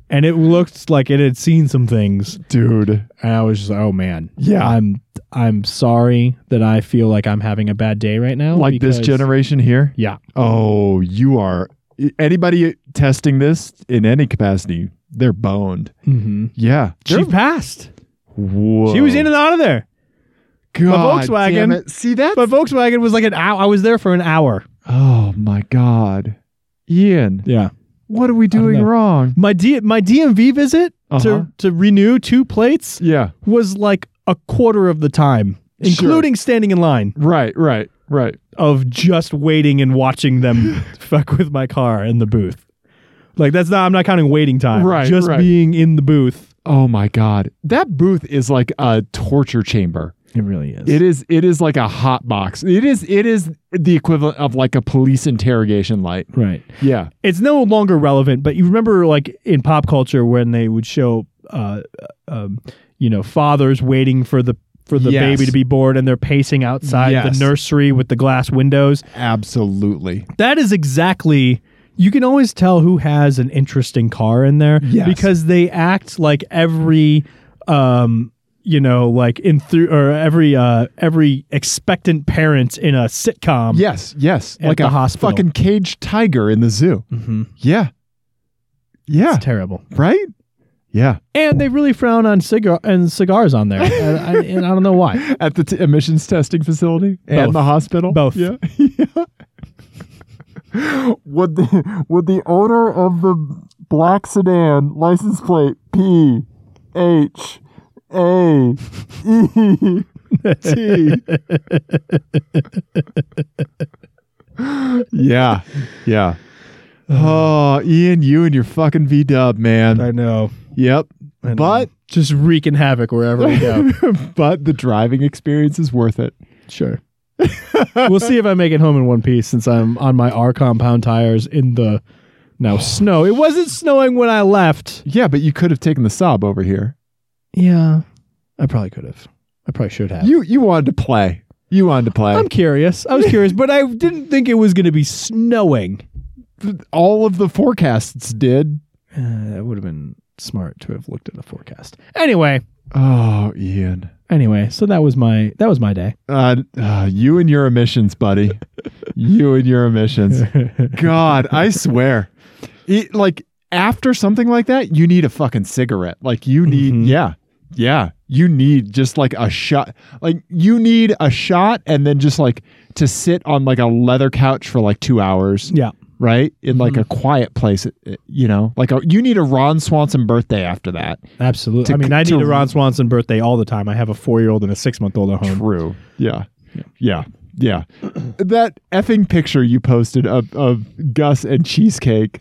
[SPEAKER 3] and it looked like it had seen some things.
[SPEAKER 1] Dude.
[SPEAKER 3] And I was just like, oh man.
[SPEAKER 1] Yeah.
[SPEAKER 3] I'm I'm sorry that I feel like I'm having a bad day right now.
[SPEAKER 1] Like this
[SPEAKER 3] because-
[SPEAKER 1] generation here.
[SPEAKER 3] Yeah.
[SPEAKER 1] Oh, you are. Anybody testing this in any capacity, they're boned.
[SPEAKER 3] Mm-hmm.
[SPEAKER 1] Yeah.
[SPEAKER 3] She
[SPEAKER 1] They're-
[SPEAKER 3] passed.
[SPEAKER 1] Whoa.
[SPEAKER 3] She was in and out of there.
[SPEAKER 1] God
[SPEAKER 3] Volkswagen.
[SPEAKER 1] damn it. See that?
[SPEAKER 3] But Volkswagen was like an hour. I was there for an hour.
[SPEAKER 1] Oh my God, Ian,
[SPEAKER 3] Yeah.
[SPEAKER 1] what are we doing
[SPEAKER 3] know.
[SPEAKER 1] wrong?
[SPEAKER 3] My D- my DMV visit
[SPEAKER 1] Uh-huh.
[SPEAKER 3] to to renew two plates
[SPEAKER 1] Yeah.
[SPEAKER 3] was like a quarter of the time,
[SPEAKER 1] Sure.
[SPEAKER 3] including standing in line
[SPEAKER 1] Right. Right. Right.
[SPEAKER 3] of just waiting and watching them fuck with my car in the booth. Like that's not I'm not counting waiting time.
[SPEAKER 1] Right,
[SPEAKER 3] Just
[SPEAKER 1] right.
[SPEAKER 3] being in the booth.
[SPEAKER 1] Oh my God, that booth is like a torture chamber.
[SPEAKER 3] It really is.
[SPEAKER 1] It is. It is like a hot box. It is. It is the equivalent of like a police interrogation light.
[SPEAKER 3] right.
[SPEAKER 1] Yeah.
[SPEAKER 3] It's no longer relevant, but you remember like in pop culture when they would show uh um you know fathers waiting for the for the
[SPEAKER 1] Yes.
[SPEAKER 3] baby to be born and they're pacing outside
[SPEAKER 1] Yes.
[SPEAKER 3] the nursery with the glass windows.
[SPEAKER 1] Absolutely.
[SPEAKER 3] That is exactly. You can always tell who has an interesting car in there
[SPEAKER 1] Yes.
[SPEAKER 3] because they act like every, um, you know, like in through or every uh every expectant parent in a sitcom.
[SPEAKER 1] Yes. Yes.
[SPEAKER 3] At
[SPEAKER 1] like
[SPEAKER 3] the
[SPEAKER 1] a
[SPEAKER 3] hospital.
[SPEAKER 1] fucking caged tiger in the zoo.
[SPEAKER 3] Mhm.
[SPEAKER 1] Yeah. Yeah.
[SPEAKER 3] it's terrible.
[SPEAKER 1] right. Yeah.
[SPEAKER 3] And they really frown on cigar and cigars on there, and, I, and I don't know why.
[SPEAKER 1] At the t- emissions testing facility
[SPEAKER 3] Both.
[SPEAKER 1] and the hospital?
[SPEAKER 3] Both.
[SPEAKER 1] Yeah. Yeah. would, the, would the owner of the black sedan license plate P H A E T? Yeah. Yeah. Oh, Ian, you and your fucking V dub, man.
[SPEAKER 3] know,
[SPEAKER 1] Yep.
[SPEAKER 3] know.
[SPEAKER 1] But
[SPEAKER 3] just wreaking havoc
[SPEAKER 1] uh,
[SPEAKER 3] wherever we go.
[SPEAKER 1] but the driving experience is worth it.
[SPEAKER 3] Sure. we'll see if I make it home in one piece since I'm on my R compound tires in the now snow. It wasn't snowing when I left.
[SPEAKER 1] Yeah, but you could have taken the sob over here.
[SPEAKER 3] Yeah. I probably could have. I probably should have.
[SPEAKER 1] You you wanted to play. You wanted to play.
[SPEAKER 3] I'm curious. I was curious, but I didn't think it was going to be snowing.
[SPEAKER 1] All of the forecasts did.
[SPEAKER 3] Uh, that would have been smart to have looked at the forecast. Anyway,
[SPEAKER 1] Oh, Ian.
[SPEAKER 3] anyway, so that was my that was my day.
[SPEAKER 1] Uh, uh, you and your emissions, buddy. you and your emissions. God, I swear. It, like after something like that, you need a fucking cigarette. Like you need, yeah, yeah. You need just like a shot. Like you need a shot, and then just like to sit on like a leather couch for like two hours,
[SPEAKER 3] Yeah.
[SPEAKER 1] right? In like a quiet place, uh, you know. Like a, you need a Ron Swanson birthday after that.
[SPEAKER 3] Absolutely.
[SPEAKER 1] To-
[SPEAKER 3] I mean, I
[SPEAKER 1] to-
[SPEAKER 3] need a Ron Swanson birthday all the time. I have a four year old and a six month old at home.
[SPEAKER 1] True. Yeah. Yeah. Yeah. that effing picture you posted of, of Gus and cheesecake.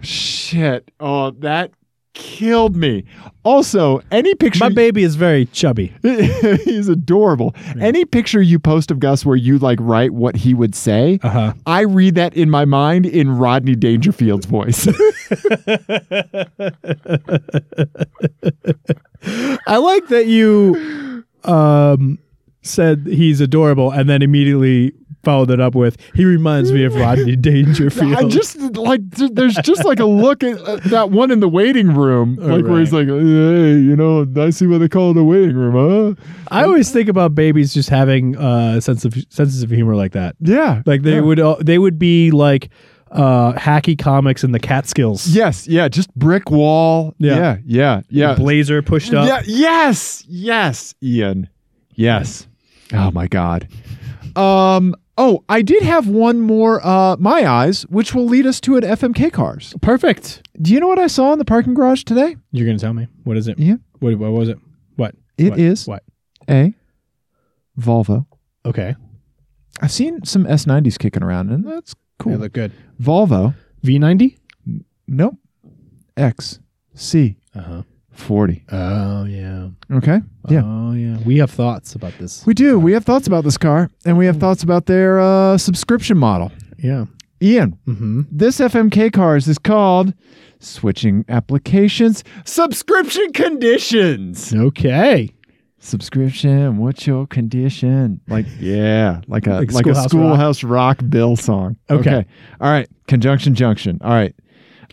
[SPEAKER 1] Shit. Oh, that killed me. Also, any picture
[SPEAKER 3] My baby is very chubby.
[SPEAKER 1] he's adorable. Any picture you post of Gus where you like write what he would say,
[SPEAKER 3] Uh-huh.
[SPEAKER 1] I read that in my mind in Rodney Dangerfield's voice.
[SPEAKER 3] I like that you um, said he's adorable and then immediately followed it up with he reminds me of Rodney Dangerfield.
[SPEAKER 1] I just like th- there's just like a look at uh, that one in the waiting room,
[SPEAKER 3] Oh,
[SPEAKER 1] like where he's like, hey, you know, I see what they call it a waiting room, huh?
[SPEAKER 3] I always think about babies just having uh, sense of senses of humor like that.
[SPEAKER 1] Yeah,
[SPEAKER 3] Like they
[SPEAKER 1] yeah.
[SPEAKER 3] would uh, they would be like uh, hacky comics in the Catskills.
[SPEAKER 1] Yes, yeah, just brick wall. Yeah,
[SPEAKER 3] Yeah.
[SPEAKER 1] yeah, yeah,
[SPEAKER 3] Blazer pushed
[SPEAKER 1] yeah.
[SPEAKER 3] up.
[SPEAKER 1] yes, yes, Ian. Yes. Oh my God. Um. Oh, I did have one more. Uh, my eyes, which will lead us to an FMK cars.
[SPEAKER 3] Perfect.
[SPEAKER 1] Do you know what I saw in the parking garage today?
[SPEAKER 3] You're gonna tell me what is it?
[SPEAKER 1] Yeah.
[SPEAKER 3] What, what was it? What?
[SPEAKER 1] It
[SPEAKER 3] What?
[SPEAKER 1] is
[SPEAKER 3] what?
[SPEAKER 1] a Volvo.
[SPEAKER 3] Okay.
[SPEAKER 1] I've seen some S90s kicking around, and that's cool.
[SPEAKER 3] They look good.
[SPEAKER 1] Volvo.
[SPEAKER 3] V90.
[SPEAKER 1] Nope. X C
[SPEAKER 3] Uh huh.
[SPEAKER 1] forty.
[SPEAKER 3] Oh yeah.
[SPEAKER 1] Okay. Yeah.
[SPEAKER 3] Oh yeah. We have thoughts about this.
[SPEAKER 1] We do. We have thoughts about this car, and we have thoughts about their uh, subscription model.
[SPEAKER 3] Yeah.
[SPEAKER 1] Ian,
[SPEAKER 3] Mm-hmm.
[SPEAKER 1] this FMK Cars is called Switching Applications Subscription Conditions.
[SPEAKER 3] Okay.
[SPEAKER 1] Subscription, what's your condition? Like, yeah, like a like,
[SPEAKER 3] Like
[SPEAKER 1] a
[SPEAKER 3] Schoolhouse Rock.
[SPEAKER 1] schoolhouse rock. bill song.
[SPEAKER 3] Okay.
[SPEAKER 1] All right. Conjunction junction. All right.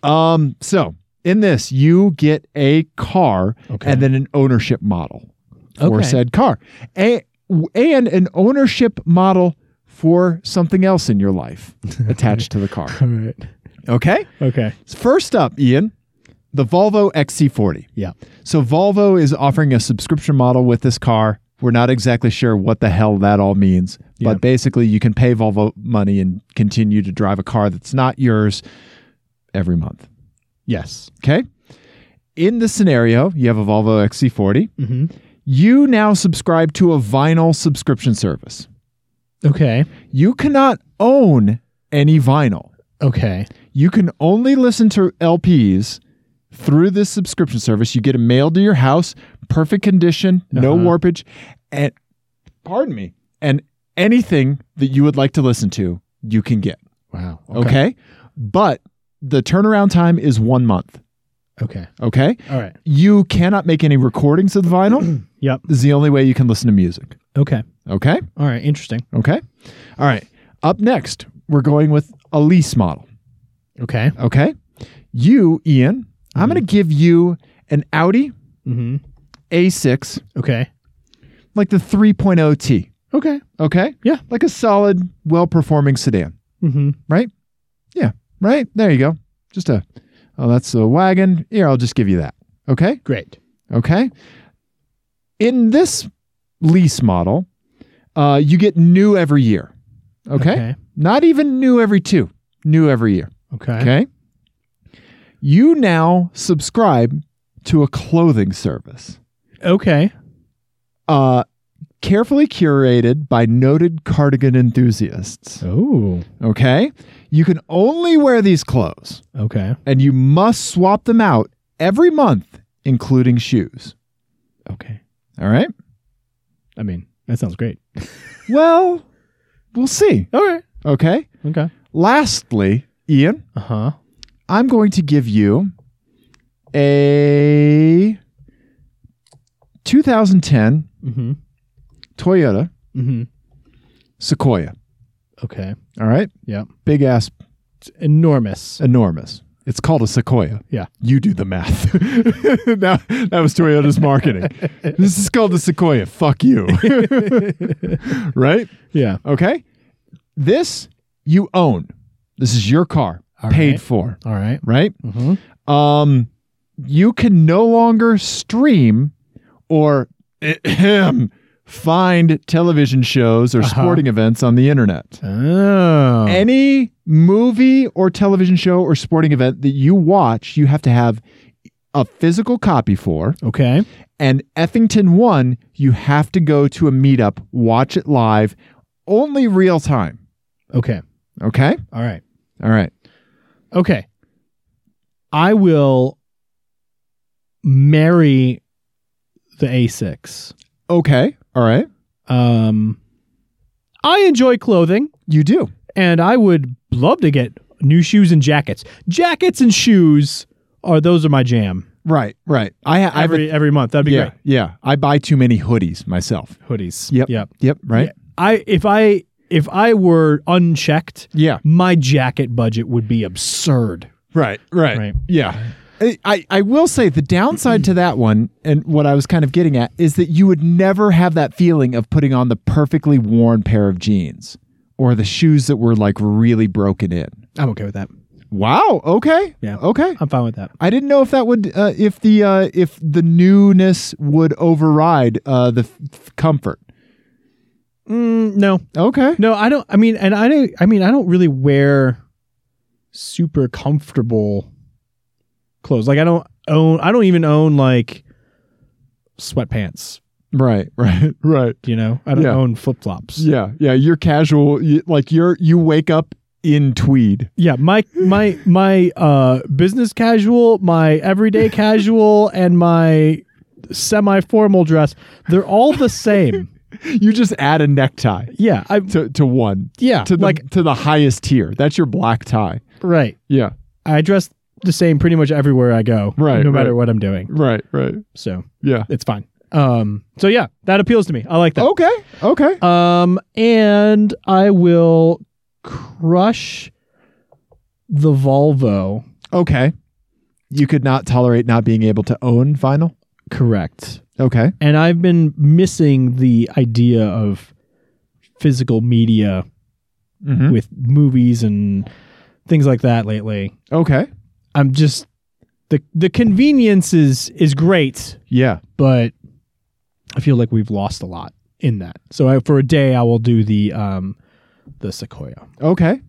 [SPEAKER 1] Um, so in this, you get a car
[SPEAKER 3] Okay.
[SPEAKER 1] and then an ownership model for
[SPEAKER 3] Okay.
[SPEAKER 1] said car. A and an ownership model for something else in your life attached to the car.
[SPEAKER 3] All right.
[SPEAKER 1] Okay?
[SPEAKER 3] Okay.
[SPEAKER 1] First up, Ian, the Volvo XC40.
[SPEAKER 3] Yeah.
[SPEAKER 1] So Volvo is offering a subscription model with this car. We're not exactly sure what the hell that all means,
[SPEAKER 3] Yeah.
[SPEAKER 1] but basically you can pay Volvo money and continue to drive a car that's not yours every month.
[SPEAKER 3] Yes.
[SPEAKER 1] Okay? In this scenario, you have a Volvo XC40.
[SPEAKER 3] Mm-hmm.
[SPEAKER 1] You now subscribe to a vinyl subscription service.
[SPEAKER 3] Okay.
[SPEAKER 1] You cannot own any vinyl.
[SPEAKER 3] Okay.
[SPEAKER 1] You can only listen to LPs through this subscription service. You get it mailed to your house, perfect condition, no
[SPEAKER 3] Uh-huh.
[SPEAKER 1] warpage, and pardon me, and anything that you would like to listen to, you can get.
[SPEAKER 3] Wow.
[SPEAKER 1] Okay. But the turnaround time is one month.
[SPEAKER 3] Okay.
[SPEAKER 1] Okay.
[SPEAKER 3] All right.
[SPEAKER 1] You cannot make any recordings of the vinyl.
[SPEAKER 3] Yep.
[SPEAKER 1] This is the only way you can listen to music.
[SPEAKER 3] Okay.
[SPEAKER 1] Okay.
[SPEAKER 3] All right. Interesting.
[SPEAKER 1] Okay. All right. Up next, we're going with a lease model.
[SPEAKER 3] Okay.
[SPEAKER 1] Okay. You, Ian, I'm going to give you an Audi
[SPEAKER 3] Mm-hmm.
[SPEAKER 1] A6,
[SPEAKER 3] Okay.
[SPEAKER 1] like the 3.0T.
[SPEAKER 3] Okay.
[SPEAKER 1] Okay.
[SPEAKER 3] Yeah.
[SPEAKER 1] Like a solid, well performing sedan,
[SPEAKER 3] Mm-hmm.
[SPEAKER 1] right? There you go. Just a, oh, that's a wagon. Here, I'll just give you that. Okay.
[SPEAKER 3] Great.
[SPEAKER 1] Okay. In this lease model, uh, you get new every year. okay.
[SPEAKER 3] Okay.
[SPEAKER 1] Not even new every two, new every year.
[SPEAKER 3] Okay.
[SPEAKER 1] Okay. You now subscribe to a clothing service,
[SPEAKER 3] Okay.
[SPEAKER 1] uh, carefully curated by noted cardigan enthusiasts.
[SPEAKER 3] Oh.
[SPEAKER 1] Okay. You can only wear these clothes
[SPEAKER 3] Okay.
[SPEAKER 1] and you must swap them out every month, including shoes.
[SPEAKER 3] Okay.
[SPEAKER 1] All right.
[SPEAKER 3] I mean, that sounds great.
[SPEAKER 1] Well, we'll see.
[SPEAKER 3] All right.
[SPEAKER 1] Okay.
[SPEAKER 3] Okay.
[SPEAKER 1] Lastly, Ian,
[SPEAKER 3] Uh huh.
[SPEAKER 1] I'm going to give you a 2010
[SPEAKER 3] Mm-hmm.
[SPEAKER 1] Toyota
[SPEAKER 3] Mm-hmm.
[SPEAKER 1] Sequoia.
[SPEAKER 3] Okay.
[SPEAKER 1] All right.
[SPEAKER 3] Yeah.
[SPEAKER 1] Big ass,
[SPEAKER 3] It's enormous.
[SPEAKER 1] enormous. It's called a Sequoia.
[SPEAKER 3] Yeah.
[SPEAKER 1] You do the math. that, that was Toyota's marketing. this is called the Sequoia. Fuck you. right?
[SPEAKER 3] Yeah.
[SPEAKER 1] Okay. This you own. This is your car,
[SPEAKER 3] All
[SPEAKER 1] paid
[SPEAKER 3] right.
[SPEAKER 1] for,
[SPEAKER 3] All right.
[SPEAKER 1] right?
[SPEAKER 3] Mm-hmm.
[SPEAKER 1] Um, you can no longer stream or ahem, find television shows or
[SPEAKER 3] Uh-huh.
[SPEAKER 1] sporting events on the internet.
[SPEAKER 3] Oh.
[SPEAKER 1] Any movie or television show or sporting event that you watch, you have to have a physical copy for.
[SPEAKER 3] okay.
[SPEAKER 1] And Effington 1, you have to go to a meetup, watch it live, only real time.
[SPEAKER 3] Okay.
[SPEAKER 1] Okay.
[SPEAKER 3] All right.
[SPEAKER 1] All right.
[SPEAKER 3] Okay. I will marry the A6.
[SPEAKER 1] Okay. All right.
[SPEAKER 3] Um, I enjoy clothing,
[SPEAKER 1] You do.
[SPEAKER 3] and I would love to get new shoes and jackets. Jackets and shoes are those are my jam.
[SPEAKER 1] Right. Right. I, I have a-
[SPEAKER 3] Every every month, that'd be
[SPEAKER 1] yeah. Yeah. I buy too many hoodies myself.
[SPEAKER 3] great. Hoodies.
[SPEAKER 1] Yep.
[SPEAKER 3] Yep.
[SPEAKER 1] Yep. Right.
[SPEAKER 3] I if I if I were unchecked,
[SPEAKER 1] Yeah.
[SPEAKER 3] my jacket budget would be absurd.
[SPEAKER 1] Right. Right.
[SPEAKER 3] Right.
[SPEAKER 1] Yeah. I, I, I will say the downside to that one, and what I was kind of getting at, is that you would never have that feeling of putting on the perfectly worn pair of jeans or the shoes that were like really broken in.
[SPEAKER 3] I'm okay with that.
[SPEAKER 1] Wow. Okay.
[SPEAKER 3] Yeah.
[SPEAKER 1] Okay.
[SPEAKER 3] I'm fine with that.
[SPEAKER 1] I didn't know if that would uh, if the uh, if the newness would override uh, the f- f- comfort.
[SPEAKER 3] Mm, no,
[SPEAKER 1] Okay.
[SPEAKER 3] no, I don't. I mean, and I don't. I mean, I don't really wear super comfortable clothes. Like I don't own. I don't even own like sweatpants.
[SPEAKER 1] Right. Right. Right.
[SPEAKER 3] You know, I don't
[SPEAKER 1] Yeah.
[SPEAKER 3] own flip flops. Yeah.
[SPEAKER 1] Yeah. Yeah. You're casual. You, like you're you wake up in tweed.
[SPEAKER 3] my my my uh business casual, my everyday casual, and my semi formal dress. They're all the same.
[SPEAKER 1] You just add a necktie
[SPEAKER 3] yeah, I
[SPEAKER 1] to to one
[SPEAKER 3] yeah,
[SPEAKER 1] to the,
[SPEAKER 3] like
[SPEAKER 1] to the highest tier. That's your black tie.
[SPEAKER 3] right.
[SPEAKER 1] Yeah.
[SPEAKER 3] I dress the same pretty much everywhere I go,
[SPEAKER 1] Right,
[SPEAKER 3] No matter
[SPEAKER 1] right.
[SPEAKER 3] what I'm doing,
[SPEAKER 1] Right. Right.
[SPEAKER 3] so
[SPEAKER 1] Yeah.
[SPEAKER 3] it's fine. Um, so yeah, that appeals to me. I like that.
[SPEAKER 1] Okay. Okay.
[SPEAKER 3] Um, and I will crush the Volvo.
[SPEAKER 1] Okay. You could not tolerate not being able to own vinyl.
[SPEAKER 3] Correct.
[SPEAKER 1] Okay.
[SPEAKER 3] And I've been missing the idea of physical media
[SPEAKER 1] Mm-hmm.
[SPEAKER 3] with movies and things like that lately.
[SPEAKER 1] Okay.
[SPEAKER 3] I'm just the the convenience is is great,
[SPEAKER 1] Yeah.
[SPEAKER 3] but I feel like we've lost a lot in that. So I, for a day, I will do the um, the Sequoia.
[SPEAKER 1] Okay.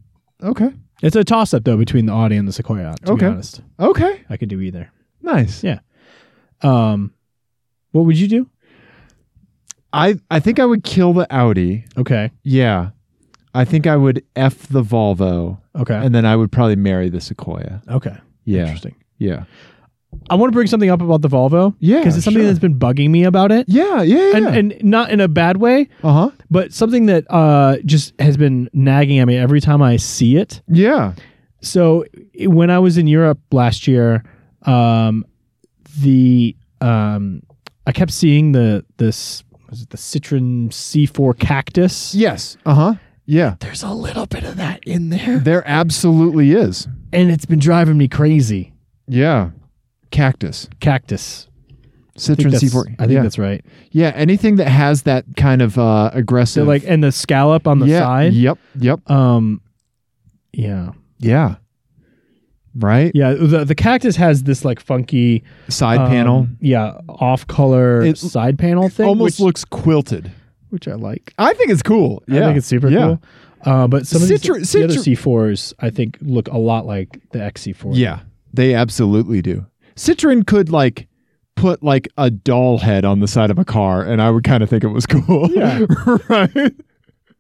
[SPEAKER 1] Okay.
[SPEAKER 3] It's a toss up though between the Audi and the Sequoia. To
[SPEAKER 1] Okay.
[SPEAKER 3] be honest,
[SPEAKER 1] Okay.
[SPEAKER 3] I could do either.
[SPEAKER 1] Nice.
[SPEAKER 3] Um, what would you do?
[SPEAKER 1] I I think I would kill the Audi.
[SPEAKER 3] Okay,
[SPEAKER 1] Yeah. I think I would F the Volvo
[SPEAKER 3] okay,
[SPEAKER 1] and then I would probably marry the Sequoia.
[SPEAKER 3] okay.
[SPEAKER 1] Yeah.
[SPEAKER 3] Interesting.
[SPEAKER 1] Yeah.
[SPEAKER 3] I want to bring something up about the Volvo
[SPEAKER 1] Yeah.
[SPEAKER 3] because it's something
[SPEAKER 1] sure.
[SPEAKER 3] that's been bugging me about it,
[SPEAKER 1] Yeah, yeah, yeah.
[SPEAKER 3] and and not in a bad way,
[SPEAKER 1] uh-huh.
[SPEAKER 3] but something that uh just has been nagging at me every time I see it.
[SPEAKER 1] Yeah.
[SPEAKER 3] so i- when I was in Europe last year, um, the um, I kept seeing the this was it the Citroen C4 cactus.
[SPEAKER 1] Yes. Uh-huh. Yeah.
[SPEAKER 3] There's a little bit of that in there,
[SPEAKER 1] There absolutely is.
[SPEAKER 3] and it's been driving me crazy.
[SPEAKER 1] Yeah. Cactus.
[SPEAKER 3] Cactus. I
[SPEAKER 1] Citroen
[SPEAKER 3] think, that's,
[SPEAKER 1] C4.
[SPEAKER 3] I think
[SPEAKER 1] yeah.
[SPEAKER 3] that's right.
[SPEAKER 1] yeah, anything that has that kind of uh
[SPEAKER 3] So
[SPEAKER 1] aggressive
[SPEAKER 3] like, and the scallop on the
[SPEAKER 1] yeah,
[SPEAKER 3] side.
[SPEAKER 1] Yep, yep.
[SPEAKER 3] Um, yeah,
[SPEAKER 1] Yeah. Right?
[SPEAKER 3] yeah. The the cactus has this like funky
[SPEAKER 1] Side
[SPEAKER 3] um,
[SPEAKER 1] panel.
[SPEAKER 3] Yeah, off color
[SPEAKER 1] It-
[SPEAKER 3] side panel thing,
[SPEAKER 1] Almost
[SPEAKER 3] which,
[SPEAKER 1] looks quilted.
[SPEAKER 3] which I like.
[SPEAKER 1] I think it's cool. Yeah.
[SPEAKER 3] I think it's super
[SPEAKER 1] yeah.
[SPEAKER 3] cool. Uh, but some of these,
[SPEAKER 1] Citru-
[SPEAKER 3] the other
[SPEAKER 1] Citru-
[SPEAKER 3] C4s, I think, look a lot like the XC4.
[SPEAKER 1] Yeah, they absolutely do. Citroen could like put like a doll head on the side of a car, and I would kind of think it was cool.
[SPEAKER 3] Yeah.
[SPEAKER 1] right.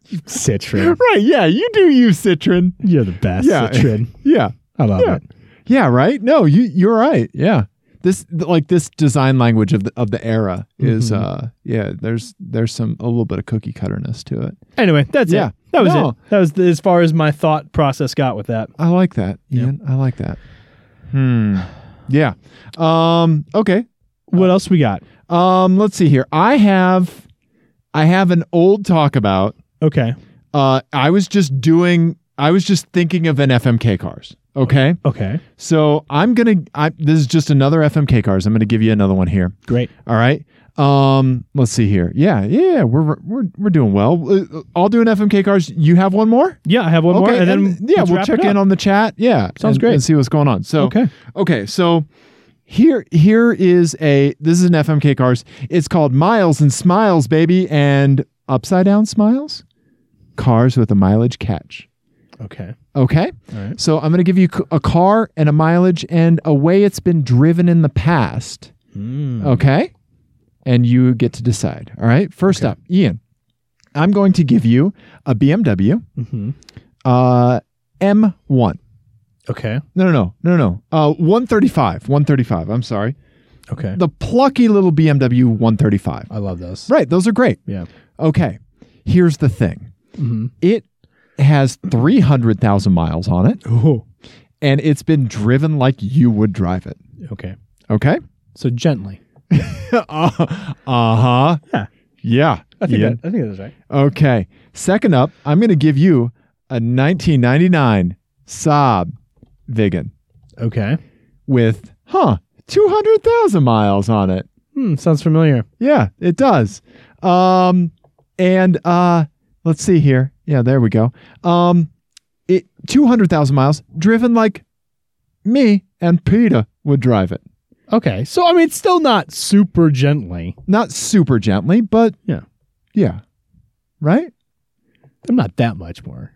[SPEAKER 3] Citroen.
[SPEAKER 1] Right. Yeah, you do you, Citroen.
[SPEAKER 3] You're the best,
[SPEAKER 1] Yeah.
[SPEAKER 3] Citroen.
[SPEAKER 1] Yeah.
[SPEAKER 3] I love
[SPEAKER 1] Yeah.
[SPEAKER 3] it.
[SPEAKER 1] Yeah. Right. No, you you're right. Yeah. This th- like this design language of the of the era is uh yeah there's there's some a little bit of cookie cutterness to it.
[SPEAKER 3] Anyway, that's
[SPEAKER 1] Yeah.
[SPEAKER 3] it. That was
[SPEAKER 1] No.
[SPEAKER 3] it. That was the, as far as my thought process got with that.
[SPEAKER 1] I like that.
[SPEAKER 3] Yeah.
[SPEAKER 1] Ian. I like that. Hmm. Yeah. Um. Okay.
[SPEAKER 3] What else we got?
[SPEAKER 1] Um, let's see here. I have, I have an old talk about.
[SPEAKER 3] Okay.
[SPEAKER 1] Uh, I was just doing. I was just thinking of an FMK cars. Okay.
[SPEAKER 3] Okay.
[SPEAKER 1] So I'm gonna. I, this is just another FMK cars. I'm gonna give you another one here.
[SPEAKER 3] Great.
[SPEAKER 1] All right. Um, let's see here. Yeah, yeah, we're we're we're doing well. Uh, I'll do an FMK cars. You have one more?
[SPEAKER 3] Yeah, I have one more, and, then
[SPEAKER 1] yeah,
[SPEAKER 3] let's
[SPEAKER 1] we'll
[SPEAKER 3] wrap
[SPEAKER 1] check
[SPEAKER 3] it
[SPEAKER 1] in
[SPEAKER 3] up.
[SPEAKER 1] on the chat. Yeah,
[SPEAKER 3] Sounds
[SPEAKER 1] and-
[SPEAKER 3] great.
[SPEAKER 1] And see what's going on. So
[SPEAKER 3] Okay.
[SPEAKER 1] okay. So here here is a this is an FMK cars. It's called Miles and Smiles, baby, and upside down smiles. Cars with a mileage catch.
[SPEAKER 3] Okay.
[SPEAKER 1] Okay.
[SPEAKER 3] All right.
[SPEAKER 1] So I'm going to give you c- a car and a mileage and a way it's been driven in the past.
[SPEAKER 3] Mm. Oh.
[SPEAKER 1] Okay. And you get to decide. All right. First up, Ian, I'm going to give you a BMW
[SPEAKER 3] Mhm.
[SPEAKER 1] uh, M1.
[SPEAKER 3] Okay.
[SPEAKER 1] No, no, no, no, no. Uh, 135. 135. I'm sorry.
[SPEAKER 3] Okay.
[SPEAKER 1] The plucky little BMW 135.
[SPEAKER 3] I love those.
[SPEAKER 1] Right. Those are great.
[SPEAKER 3] Yeah.
[SPEAKER 1] Okay. Here's the thing
[SPEAKER 3] Mm-hmm.
[SPEAKER 1] it has 300,000 miles on it,
[SPEAKER 3] Oh.
[SPEAKER 1] and it's been driven like you would drive it.
[SPEAKER 3] Okay.
[SPEAKER 1] Okay.
[SPEAKER 3] So gently.
[SPEAKER 1] uh huh.
[SPEAKER 3] Uh-huh. Yeah.
[SPEAKER 1] Uh-huh. Yeah. Ian.
[SPEAKER 3] I think that's right.
[SPEAKER 1] Okay. Second up, I'm going to give you a 1999 Saab Vigan
[SPEAKER 3] Okay.
[SPEAKER 1] with, huh, 200,000 miles on it.
[SPEAKER 3] Hmm. Sounds familiar.
[SPEAKER 1] Yeah, it does. Um, and uh, let's see here. Yeah, there we go. Um, it 200,000 miles, driven like me and Peter would drive it.
[SPEAKER 3] Okay. So I mean, it's still not super gently.
[SPEAKER 1] Not super gently, but
[SPEAKER 3] Yeah.
[SPEAKER 1] yeah, right.
[SPEAKER 3] I'm not that much more.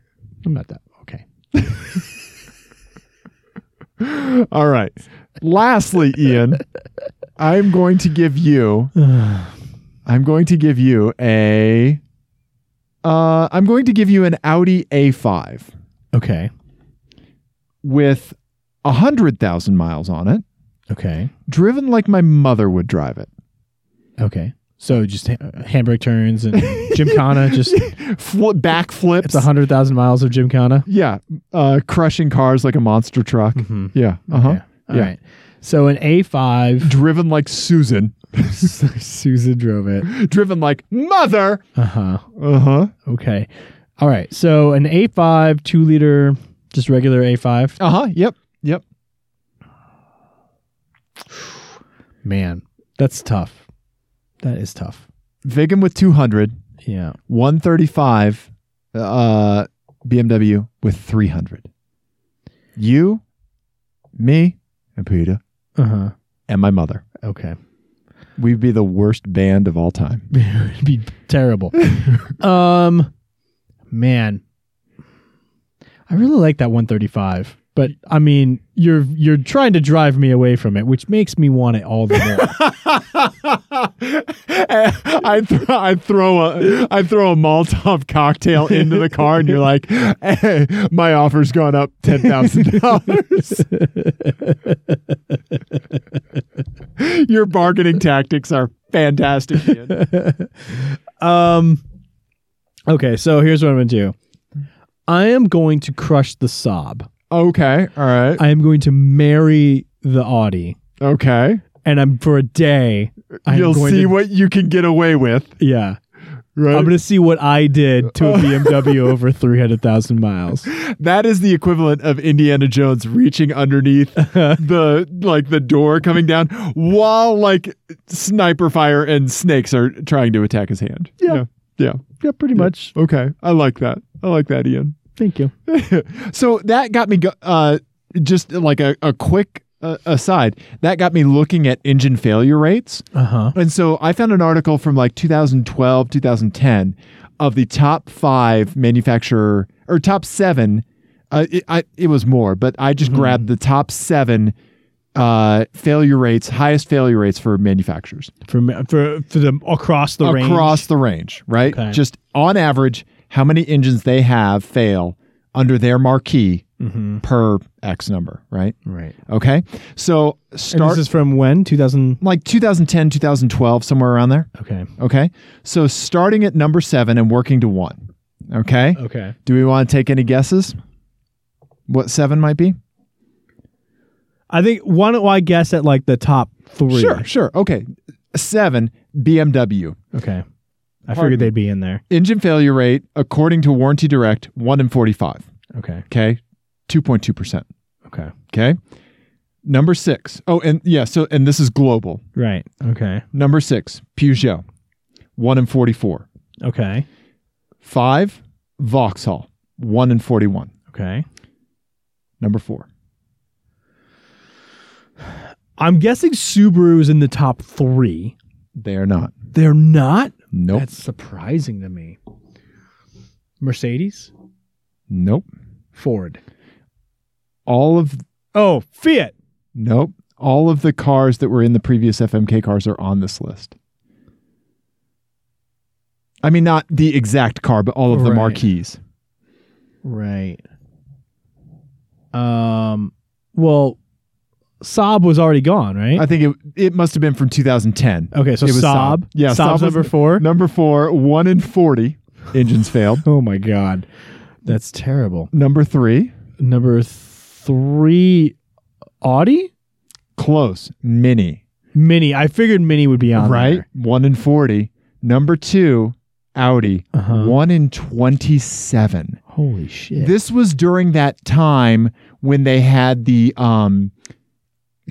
[SPEAKER 3] I'm not that. Okay.
[SPEAKER 1] All right. Lastly, Ian, I'm going to give you I'm going to give you a uh I'm going to give you an Audi A5
[SPEAKER 3] okay.
[SPEAKER 1] with 100,000 miles on it,
[SPEAKER 3] Okay.
[SPEAKER 1] driven like my mother would drive it.
[SPEAKER 3] Okay. So just ha- handbrake turns and Gymkhana. Just
[SPEAKER 1] Fli backflips.
[SPEAKER 3] it's a hundred thousand miles of Gymkhana.
[SPEAKER 1] yeah, uh crushing cars like a monster truck.
[SPEAKER 3] Mm-hmm.
[SPEAKER 1] Yeah. Uh-huh.
[SPEAKER 3] Okay. All
[SPEAKER 1] Yeah.
[SPEAKER 3] right. So an A5.
[SPEAKER 1] Driven like Susan,
[SPEAKER 3] Susan drove it.
[SPEAKER 1] driven like mother.
[SPEAKER 3] Uh huh.
[SPEAKER 1] Uh-huh.
[SPEAKER 3] Okay. All right. So an A5, two liter, just regular A5.
[SPEAKER 1] Uh-huh. Yep. Yep.
[SPEAKER 3] Man, that's tough. That is tough.
[SPEAKER 1] Vigan with 200.
[SPEAKER 3] Yeah.
[SPEAKER 1] 135 uh, BMW with 300. You, me, and Peter,
[SPEAKER 3] Uh huh.
[SPEAKER 1] and my mother.
[SPEAKER 3] Okay.
[SPEAKER 1] We'd be the worst band of all time.
[SPEAKER 3] It'd be terrible. um, man, I really like that 135, but I mean, you're you're trying to drive me away from it, which makes me want it all the more.
[SPEAKER 1] I th- I throw a I throw a Molotov cocktail into the car, and you're like, hey, "My offer's gone up ten thousand dollars." Your bargaining tactics are fantastic. Ian.
[SPEAKER 3] um, okay, so here's what I'm gonna do. I am going to crush the sob.
[SPEAKER 1] Okay, all right.
[SPEAKER 3] I am going to marry the Audi,
[SPEAKER 1] Okay.
[SPEAKER 3] and I'm for a day. I'm
[SPEAKER 1] You'll
[SPEAKER 3] going
[SPEAKER 1] see
[SPEAKER 3] to-
[SPEAKER 1] what you can get away with,
[SPEAKER 3] Yeah,
[SPEAKER 1] right?
[SPEAKER 3] I'm gonna see what I did to a BMW over three hundred thousand miles.
[SPEAKER 1] That is the equivalent of Indiana Jones reaching underneath the like the door coming down while like sniper fire and snakes are trying to attack his hand.
[SPEAKER 3] Yeah.
[SPEAKER 1] Yeah. Yeah.
[SPEAKER 3] Yeah, pretty much.
[SPEAKER 1] Okay. I like that. I like that, Ian.
[SPEAKER 3] Thank you.
[SPEAKER 1] so that got me go- uh just like a, a quick uh, aside. That got me looking at engine failure rates.
[SPEAKER 3] Uh huh.
[SPEAKER 1] And so I found an article from like 2012, 2010 of the top five manufacturer or top seven. Uh, it, I, it was more, but I
[SPEAKER 3] Mm-hmm.
[SPEAKER 1] just grabbed the top seven uh, failure rates, highest failure rates for manufacturers
[SPEAKER 3] for ma- for for the across the range.
[SPEAKER 1] across the range, right?
[SPEAKER 3] Okay.
[SPEAKER 1] Just on average, how many engines they have fail under their marquee
[SPEAKER 3] Mhm.
[SPEAKER 1] per X number, right?
[SPEAKER 3] right.
[SPEAKER 1] Okay. So
[SPEAKER 3] And
[SPEAKER 1] start
[SPEAKER 3] this is from when 2000.
[SPEAKER 1] like 2010, 2012, somewhere around there.
[SPEAKER 3] Okay.
[SPEAKER 1] Okay. So starting at number seven and working to one. Okay.
[SPEAKER 3] Okay.
[SPEAKER 1] Do we want to take any guesses? What seven might be?
[SPEAKER 3] I think why don't I guess at like the top three?
[SPEAKER 1] Sure, sure. Okay. Seven, BMW.
[SPEAKER 3] Okay. I
[SPEAKER 1] Pardon
[SPEAKER 3] figured they'd be in there.
[SPEAKER 1] Engine failure rate, according to Warranty Direct, one in 45.
[SPEAKER 3] Okay.
[SPEAKER 1] Okay. 2.2%.
[SPEAKER 3] Okay.
[SPEAKER 1] Okay. Number six. Oh, and yeah. So, and this is global.
[SPEAKER 3] Right. Okay.
[SPEAKER 1] Number six, Peugeot, one in 44.
[SPEAKER 3] Okay.
[SPEAKER 1] Five, Vauxhall, one in 41.
[SPEAKER 3] Okay.
[SPEAKER 1] Number four.
[SPEAKER 3] I'm guessing Subaru's in the top three.
[SPEAKER 1] They are not.
[SPEAKER 3] They're not?
[SPEAKER 1] Nope.
[SPEAKER 3] That's surprising to me. Mercedes?
[SPEAKER 1] nope.
[SPEAKER 3] Ford.
[SPEAKER 1] All of,
[SPEAKER 3] Oh, Fiat.
[SPEAKER 1] nope. All of the cars that were in the previous FMK cars are on this list. I mean, not the exact car, but all of the
[SPEAKER 3] Right.
[SPEAKER 1] marquees.
[SPEAKER 3] Right. Um well Saab was already gone, right?
[SPEAKER 1] I think it it must have been from 2010.
[SPEAKER 3] okay, so
[SPEAKER 1] it was
[SPEAKER 3] Saab.
[SPEAKER 1] Saab. Yeah, Saab
[SPEAKER 3] Saab's
[SPEAKER 1] was-
[SPEAKER 3] number four.
[SPEAKER 1] Number four, one in 40 engines failed.
[SPEAKER 3] Oh my god. That's terrible.
[SPEAKER 1] Number three,
[SPEAKER 3] Number three Audi?
[SPEAKER 1] close, Mini,
[SPEAKER 3] Mini. I figured Mini would be on
[SPEAKER 1] right?
[SPEAKER 3] there.
[SPEAKER 1] One in 40. Number two, Audi,
[SPEAKER 3] Uh-huh.
[SPEAKER 1] one in 27.
[SPEAKER 3] Holy shit.
[SPEAKER 1] This was during that time when they had the um,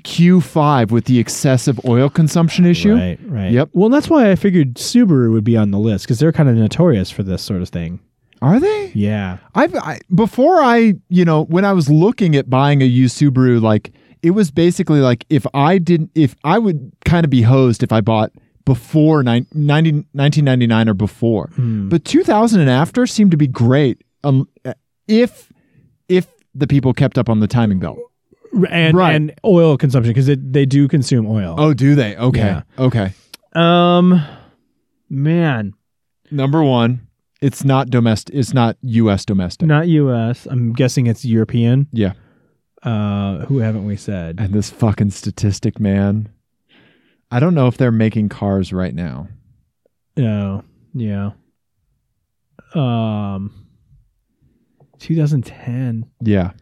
[SPEAKER 1] Q5 with the excessive oil consumption issue.
[SPEAKER 3] Right, right.
[SPEAKER 1] Yep.
[SPEAKER 3] Well, that's why I figured Subaru would be on the list because they're kind of notorious for this sort of thing.
[SPEAKER 1] Are they?
[SPEAKER 3] Yeah.
[SPEAKER 1] I've I, before I, you know, when I was looking at buying a used Subaru, like it was basically like if I didn't, if I would kind of be hosed if I bought before nine- 90, 1999 or before,
[SPEAKER 3] Mm-hmm. Hmm.
[SPEAKER 1] but 2000 and after seemed to be great. Um, if if the people kept up on the timing belt.
[SPEAKER 3] Oh, R- And
[SPEAKER 1] Right.
[SPEAKER 3] and oil consumption because they do consume oil.
[SPEAKER 1] Oh, do they? Okay,
[SPEAKER 3] Yeah.
[SPEAKER 1] okay.
[SPEAKER 3] Um, man,
[SPEAKER 1] Number one, it's not domestic. It's not U.S. domestic.
[SPEAKER 3] not U.S. I'm guessing it's European.
[SPEAKER 1] Yeah,
[SPEAKER 3] Uh, who haven't we said?
[SPEAKER 1] and this fucking statistic, man. I don't know if they're making cars right now.
[SPEAKER 3] No. Yeah. Um, 2010.
[SPEAKER 1] Yeah.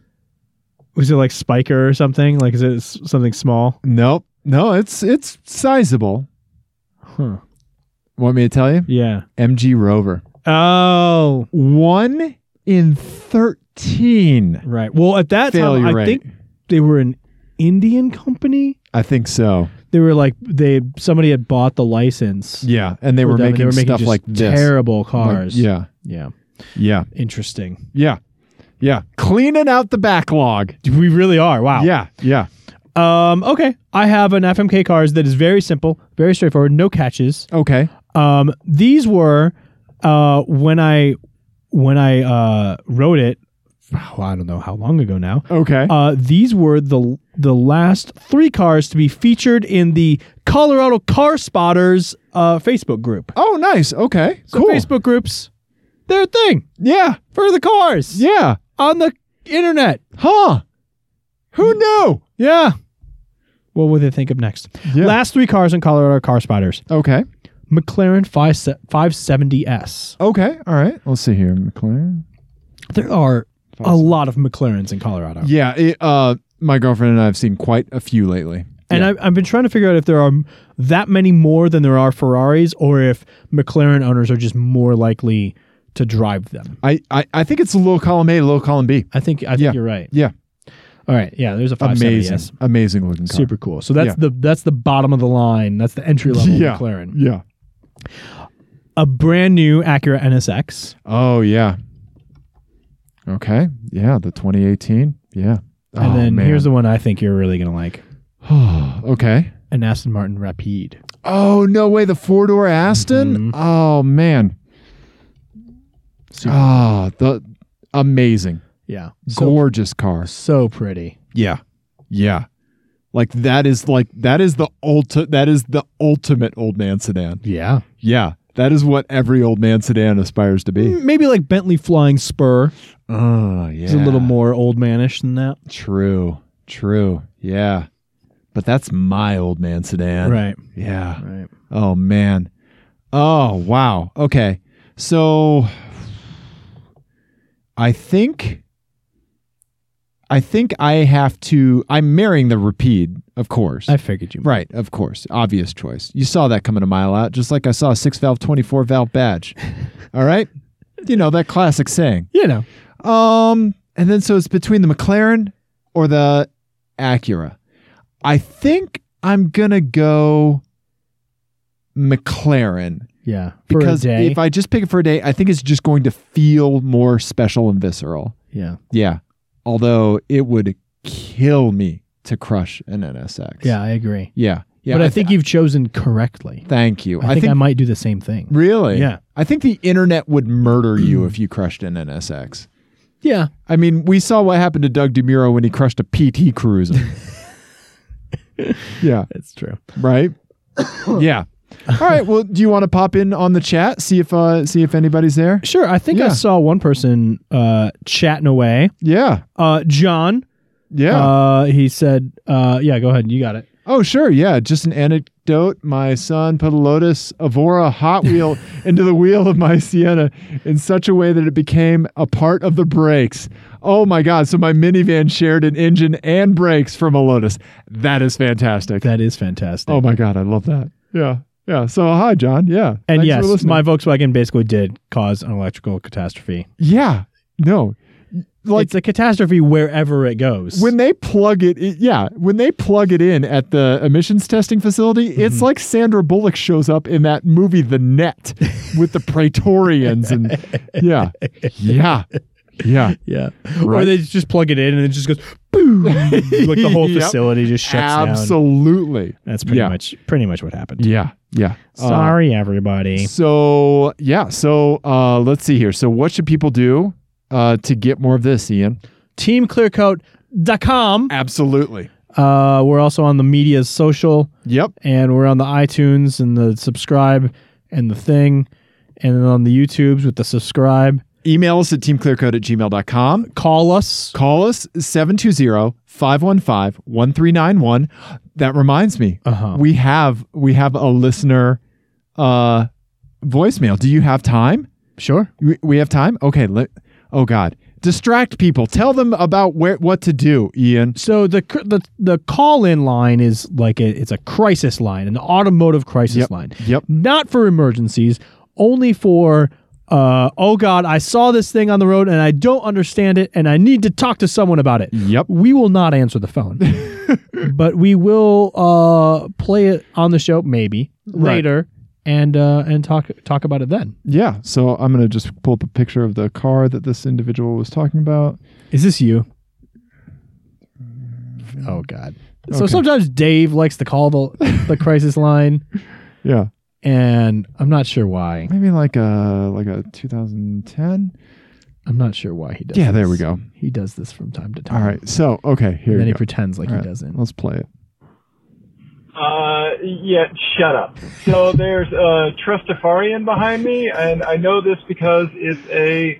[SPEAKER 3] Was it like Spiker or something? Like, is it s- something small?
[SPEAKER 1] Nope. No, it's it's sizable.
[SPEAKER 3] Huh.
[SPEAKER 1] Want me to tell you?
[SPEAKER 3] Yeah.
[SPEAKER 1] MG Rover.
[SPEAKER 3] Oh,
[SPEAKER 1] One in thirteen
[SPEAKER 3] right. Well, at that
[SPEAKER 1] failure
[SPEAKER 3] time, I
[SPEAKER 1] rate.
[SPEAKER 3] think they were an Indian company.
[SPEAKER 1] I think so.
[SPEAKER 3] They were like they somebody had bought the license.
[SPEAKER 1] Yeah. And they were,
[SPEAKER 3] for them, and
[SPEAKER 1] making stuff
[SPEAKER 3] just
[SPEAKER 1] like this.
[SPEAKER 3] terrible
[SPEAKER 1] Like,
[SPEAKER 3] cars.
[SPEAKER 1] yeah.
[SPEAKER 3] yeah,
[SPEAKER 1] Yeah.
[SPEAKER 3] interesting.
[SPEAKER 1] Yeah. Yeah. Cleaning out the backlog.
[SPEAKER 3] We really are. Wow.
[SPEAKER 1] Yeah. Yeah.
[SPEAKER 3] Um. Okay. I have an FMK cars that is very simple, very straightforward, no catches.
[SPEAKER 1] Okay.
[SPEAKER 3] Um. These were, uh, when I, when I uh wrote it. Well, I don't know how long ago now.
[SPEAKER 1] Okay.
[SPEAKER 3] Uh, these were the the last three cars to be featured in the Colorado Car Spotters uh, Facebook group.
[SPEAKER 1] oh, nice. Okay.
[SPEAKER 3] So
[SPEAKER 1] cool.
[SPEAKER 3] Facebook groups, they're a thing
[SPEAKER 1] Yeah.
[SPEAKER 3] for the cars
[SPEAKER 1] Yeah.
[SPEAKER 3] on the internet.
[SPEAKER 1] Huh.
[SPEAKER 3] Mm.
[SPEAKER 1] Who knew?
[SPEAKER 3] Yeah. What would they think of next?
[SPEAKER 1] Yeah.
[SPEAKER 3] Last three cars in Colorado are car spotters.
[SPEAKER 1] Okay.
[SPEAKER 3] McLaren 5 se- 570S.
[SPEAKER 1] Okay. All right. Let's see here. McLaren.
[SPEAKER 3] There are a lot of McLarens in Colorado.
[SPEAKER 1] Yeah. It, uh, my girlfriend and I have seen quite a few lately.
[SPEAKER 3] And I, I've been trying to figure out if there are m- that many more than there are Ferraris or if McLaren owners are just more likely to drive them.
[SPEAKER 1] I, I, I think it's a little column A, low column B.
[SPEAKER 3] I think I think
[SPEAKER 1] Yeah.
[SPEAKER 3] you're right.
[SPEAKER 1] Yeah.
[SPEAKER 3] All right. Yeah, there's a 570S.
[SPEAKER 1] Amazing. Amazing looking car.
[SPEAKER 3] Super cool. So that's
[SPEAKER 1] Yeah.
[SPEAKER 3] the that's the bottom of the line. That's the entry level
[SPEAKER 1] Yeah.
[SPEAKER 3] McLaren.
[SPEAKER 1] Yeah.
[SPEAKER 3] A brand new Acura NSX.
[SPEAKER 1] Oh, yeah. Okay. Yeah. The 2018. Yeah. oh,
[SPEAKER 3] And then
[SPEAKER 1] man.
[SPEAKER 3] here's the one I think you're really gonna like:
[SPEAKER 1] okay.
[SPEAKER 3] an Aston Martin Rapide.
[SPEAKER 1] Oh, no way. The four door Aston? Oh, man.
[SPEAKER 3] Super.
[SPEAKER 1] Ah, the amazing.
[SPEAKER 3] yeah,
[SPEAKER 1] Gorgeous car.
[SPEAKER 3] so pretty.
[SPEAKER 1] Yeah. Yeah. Like that is like that is the ulti- that is the ultimate old man sedan.
[SPEAKER 3] Yeah,
[SPEAKER 1] Yeah. That is what every old man sedan aspires to be.
[SPEAKER 3] Mm, maybe like Bentley Flying Spur
[SPEAKER 1] Oh, yeah.
[SPEAKER 3] is a little more old manish than that.
[SPEAKER 1] True. True. Yeah. But that's my old man sedan.
[SPEAKER 3] Right,
[SPEAKER 1] Yeah.
[SPEAKER 3] right.
[SPEAKER 1] Oh man. Oh wow. Okay. So I think I think I have to. I'm marrying the Rapide, of course.
[SPEAKER 3] I figured you.
[SPEAKER 1] right, of course. Obvious choice. You saw that coming a mile out, just like I saw a six valve, 24 valve badge. All right? You know, that classic saying.
[SPEAKER 3] You know.
[SPEAKER 1] Um, and then so it's between the McLaren or the Acura. I think I'm gonna go McLaren
[SPEAKER 3] Yeah.
[SPEAKER 1] because
[SPEAKER 3] for a day.
[SPEAKER 1] if I just pick it for a day, I think it's just going to feel more special and visceral.
[SPEAKER 3] yeah.
[SPEAKER 1] Yeah. Although it would kill me to crush an NSX.
[SPEAKER 3] Yeah, I agree.
[SPEAKER 1] Yeah. Yeah.
[SPEAKER 3] but I,
[SPEAKER 1] th-
[SPEAKER 3] think you've chosen correctly.
[SPEAKER 1] thank you.
[SPEAKER 3] I think, I might do the same thing.
[SPEAKER 1] really.
[SPEAKER 3] Yeah.
[SPEAKER 1] I think the internet would murder you if you crushed an NSX.
[SPEAKER 3] Yeah.
[SPEAKER 1] I mean, we saw what happened to Doug DeMuro when he crushed a PT Cruiser. yeah,
[SPEAKER 3] It's true.
[SPEAKER 1] right. yeah. All right. Well, do you want to pop in on the chat? See if uh, see if anybody's there.
[SPEAKER 3] Sure. I think
[SPEAKER 1] Yeah.
[SPEAKER 3] I saw one person uh, chatting away.
[SPEAKER 1] Yeah.
[SPEAKER 3] Uh, John.
[SPEAKER 1] Yeah.
[SPEAKER 3] Uh, he said, uh, "Yeah, go ahead. You got it."
[SPEAKER 1] oh, sure. Yeah. Just an anecdote. My son put a Lotus Evora Hot Wheel into the wheel of my Sienna in such a way that it became a part of the brakes. Oh my God! So my minivan shared an engine and brakes from a Lotus. That is fantastic.
[SPEAKER 3] That is fantastic.
[SPEAKER 1] Oh my god, I love that. Yeah, yeah. So hi, John. Yeah,
[SPEAKER 3] and
[SPEAKER 1] Thanks for
[SPEAKER 3] yes,
[SPEAKER 1] listening.
[SPEAKER 3] my Volkswagen basically did cause an electrical catastrophe.
[SPEAKER 1] yeah, no, like
[SPEAKER 3] it's a catastrophe wherever it goes.
[SPEAKER 1] when they plug it, it- yeah, when they plug it in at the emissions testing facility,
[SPEAKER 3] Mm-hmm.
[SPEAKER 1] it's like Sandra Bullock shows up in that movie The Net with the Praetorians and yeah, yeah, yeah.
[SPEAKER 3] yeah,
[SPEAKER 1] Right.
[SPEAKER 3] or they just plug it in and it just goes boom, like the whole
[SPEAKER 1] Yep.
[SPEAKER 3] facility just shuts down.
[SPEAKER 1] Absolutely.
[SPEAKER 3] That's pretty
[SPEAKER 1] Yeah.
[SPEAKER 3] much pretty much what happened.
[SPEAKER 1] Yeah, yeah. Uh,
[SPEAKER 3] Sorry, everybody.
[SPEAKER 1] so yeah, so uh, let's see here. So what should people do uh, to get more of this, Ian?
[SPEAKER 3] TeamClearcoat.com.
[SPEAKER 1] Absolutely.
[SPEAKER 3] Uh, we're also on the media's social.
[SPEAKER 1] Yep.
[SPEAKER 3] and we're on the iTunes and the subscribe and the thing, and then on the YouTubes with the subscribe.
[SPEAKER 1] Email us at teamclearcode at gmail.com.
[SPEAKER 3] Call us.
[SPEAKER 1] Call us 720 515 1391. That reminds me,
[SPEAKER 3] Uh-huh.
[SPEAKER 1] we have we have a listener uh, voicemail. Do you have time?
[SPEAKER 3] Sure.
[SPEAKER 1] We, we have time? Okay. Let, oh, God. Distract people. Tell them about where what to do, Ian.
[SPEAKER 3] So the cr- the the call in line is like a, it's a crisis line, an automotive crisis
[SPEAKER 1] Yep.
[SPEAKER 3] line.
[SPEAKER 1] Yep.
[SPEAKER 3] Not for emergencies, only for uh, oh god, I saw this thing on the road and I don't understand it, and I need to talk to someone about it.
[SPEAKER 1] Yep.
[SPEAKER 3] We will not answer the phone, but we will uh, play it on the show maybe
[SPEAKER 1] Right.
[SPEAKER 3] later and uh, and talk talk about it then.
[SPEAKER 1] Yeah. So I'm going to just pull up a picture of the car that this individual was talking about.
[SPEAKER 3] Is this you? Oh God! So
[SPEAKER 1] Okay.
[SPEAKER 3] sometimes Dave likes to call the the crisis line,
[SPEAKER 1] Yeah.
[SPEAKER 3] and I'm not sure why.
[SPEAKER 1] Maybe like a like a 2010.
[SPEAKER 3] I'm not sure why he does.
[SPEAKER 1] Yeah, there
[SPEAKER 3] this.
[SPEAKER 1] we go.
[SPEAKER 3] He does this from time to time.
[SPEAKER 1] All right. So, okay, here
[SPEAKER 3] And then
[SPEAKER 1] we
[SPEAKER 3] he
[SPEAKER 1] go.
[SPEAKER 3] pretends like
[SPEAKER 1] All
[SPEAKER 3] he
[SPEAKER 1] right,
[SPEAKER 3] doesn't.
[SPEAKER 1] Let's play it.
[SPEAKER 5] Uh, yeah, shut up. So there's a Trustafarian behind me, and I know this because it's a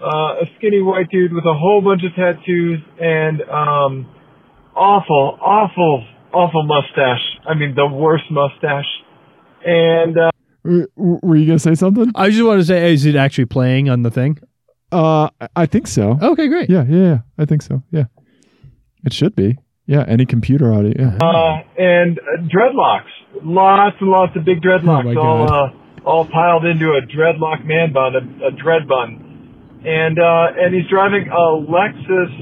[SPEAKER 5] uh, a skinny white dude with a whole bunch of tattoos and um, awful, awful, awful mustache. I mean, the worst mustache. And uh,
[SPEAKER 1] W- w- Were you gonna say something?
[SPEAKER 3] I just want to say, is it actually playing on the thing?
[SPEAKER 1] Uh, I- I think so.
[SPEAKER 3] Okay, great.
[SPEAKER 1] Yeah, yeah, yeah. I think so. Yeah, it should be. Yeah, any computer audio. Yeah.
[SPEAKER 3] Uh-huh.
[SPEAKER 5] uh, and uh, dreadlocks, lots and lots of big dreadlocks,
[SPEAKER 3] Oh, my
[SPEAKER 5] all uh, all piled into a dreadlock man bun, a, a dread bun, and uh, and he's driving a Lexus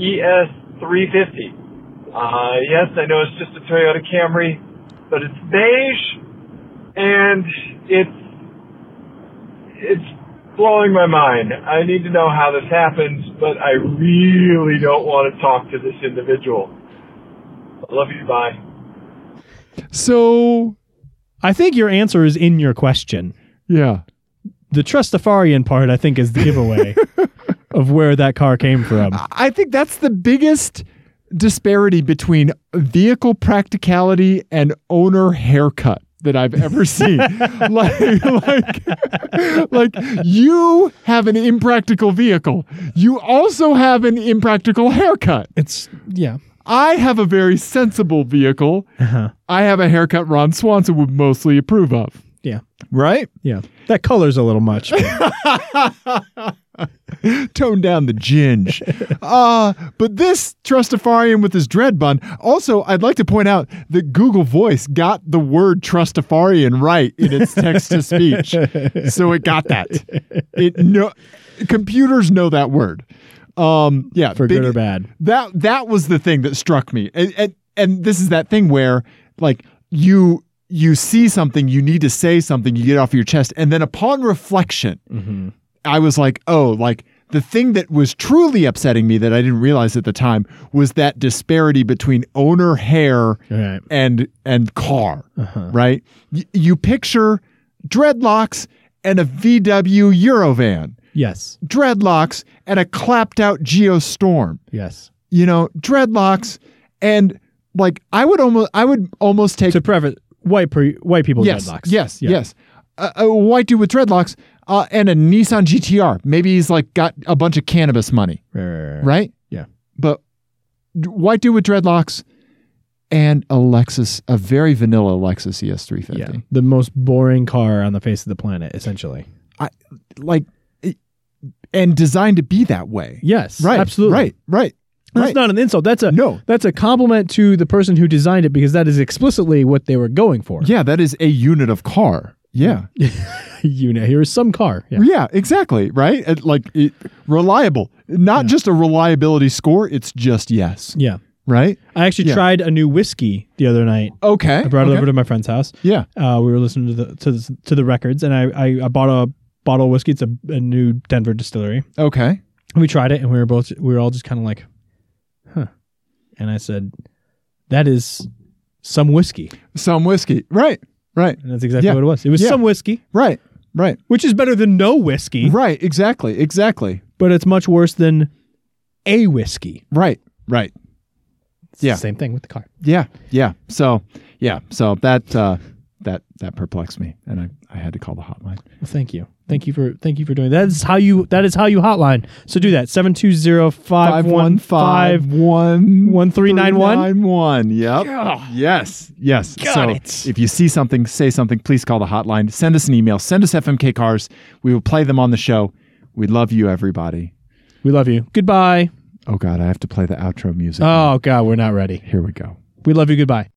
[SPEAKER 5] E ES 350. Uh, yes, I know it's just a Toyota Camry, but it's beige, and it's it's blowing my mind. I need to know how this happens, but I really don't want to talk to this individual. I love you. Bye.
[SPEAKER 1] So,
[SPEAKER 3] I think your answer is in your question.
[SPEAKER 1] yeah,
[SPEAKER 3] The Trustafarian part, I think, is the giveaway of where that car came from.
[SPEAKER 1] I think that's the biggest disparity between vehicle practicality and owner haircut that I've ever seen. like, like, like you have an impractical vehicle. You also have an impractical haircut.
[SPEAKER 3] It's yeah.
[SPEAKER 1] I have a very sensible vehicle.
[SPEAKER 3] Uh-huh.
[SPEAKER 1] I have a haircut Ron Swanson would mostly approve of.
[SPEAKER 3] Yeah.
[SPEAKER 1] Right?
[SPEAKER 3] Yeah. That color's a little much. but-
[SPEAKER 1] Tone down the ginge. Uh, but this Trustafarian with his dread bun. Also, I'd like to point out that Google Voice got the word Trustafarian right in its text to speech. so it got that. It no computers know that word. Um, yeah,
[SPEAKER 3] for good or bad.
[SPEAKER 1] that that was the thing that struck me and, and and this is that thing where like you you see something you need to say something you get off your chest and then upon reflection i was like oh like the thing that was truly upsetting me that i didn't realize at the time was that disparity between owner hair
[SPEAKER 3] Right.
[SPEAKER 1] and and car
[SPEAKER 3] Uh-huh.
[SPEAKER 1] right Y- you picture dreadlocks and a vw eurovan
[SPEAKER 3] Yes.
[SPEAKER 1] dreadlocks and a clapped out geostorm
[SPEAKER 3] Yes.
[SPEAKER 1] you know, dreadlocks, and like I would almost, I would almost take
[SPEAKER 3] To preface, white pre- white people
[SPEAKER 1] yes,
[SPEAKER 3] dreadlocks.
[SPEAKER 1] yes,
[SPEAKER 3] Yeah.
[SPEAKER 1] yes, Uh, a, a white dude with dreadlocks uh, and a Nissan GTR. Maybe he's like got a bunch of cannabis money,
[SPEAKER 3] Right, right, right, right.
[SPEAKER 1] right?
[SPEAKER 3] Yeah.
[SPEAKER 1] but d- white dude with dreadlocks and a Lexus, a very vanilla Lexus E ES350.
[SPEAKER 3] Yeah. The most boring car on the face of the planet, essentially.
[SPEAKER 1] Like, it- and designed to be that way.
[SPEAKER 3] Yes.
[SPEAKER 1] right,
[SPEAKER 3] Absolutely.
[SPEAKER 1] right, right,
[SPEAKER 3] That's
[SPEAKER 1] right.
[SPEAKER 3] not an insult. That's a
[SPEAKER 1] no.
[SPEAKER 3] That's a compliment to the person who designed it because that is explicitly what they were going for.
[SPEAKER 1] Yeah, that is a unit of car. Yeah.
[SPEAKER 3] you know, here's some car. Yeah.
[SPEAKER 1] Yeah, exactly. Right? And, like it, reliable, not just a reliability score. It's just yes.
[SPEAKER 3] Yeah.
[SPEAKER 1] Right?
[SPEAKER 3] I actually
[SPEAKER 1] Yeah.
[SPEAKER 3] tried a new whiskey the other night.
[SPEAKER 1] Okay.
[SPEAKER 3] I brought
[SPEAKER 1] okay.
[SPEAKER 3] it over to my friend's house.
[SPEAKER 1] Yeah.
[SPEAKER 3] Uh, we were listening to the to the, to the records, and I, I I bought a bottle of whiskey. It's a, a new Denver distillery.
[SPEAKER 1] Okay.
[SPEAKER 3] And we tried it, and we were both we were all just kind of like, huh. And I said, that is some whiskey,
[SPEAKER 1] Some whiskey. Right. Right.
[SPEAKER 3] and that's exactly
[SPEAKER 1] Yeah.
[SPEAKER 3] what it was. It was
[SPEAKER 1] Yeah.
[SPEAKER 3] some whiskey,
[SPEAKER 1] Right. Right.
[SPEAKER 3] which is better than no whiskey,
[SPEAKER 1] Right. Exactly. Exactly.
[SPEAKER 3] but it's much worse than a whiskey.
[SPEAKER 1] Right. Right.
[SPEAKER 3] It's the
[SPEAKER 1] Yeah.
[SPEAKER 3] Same thing with the car.
[SPEAKER 1] Yeah. Yeah. So yeah. So that uh that that perplexed me. And I, I had to call the hotline.
[SPEAKER 3] Well, thank you. Thank you for thank you for doing that. That is how you that is how you hotline. So do that. 720-515
[SPEAKER 1] one
[SPEAKER 3] one three nine one.
[SPEAKER 1] Nine one. Yep. Yes. Yes. so if you see something, say something. Please call the hotline. Send us an email. Send us FMK cars. We will play them on the show. We love you, everybody.
[SPEAKER 3] We love you. Goodbye.
[SPEAKER 1] Oh God, I have to play the outro music.
[SPEAKER 3] Uh, Oh god, we're not ready.
[SPEAKER 1] Here we go.
[SPEAKER 3] We love you. Goodbye.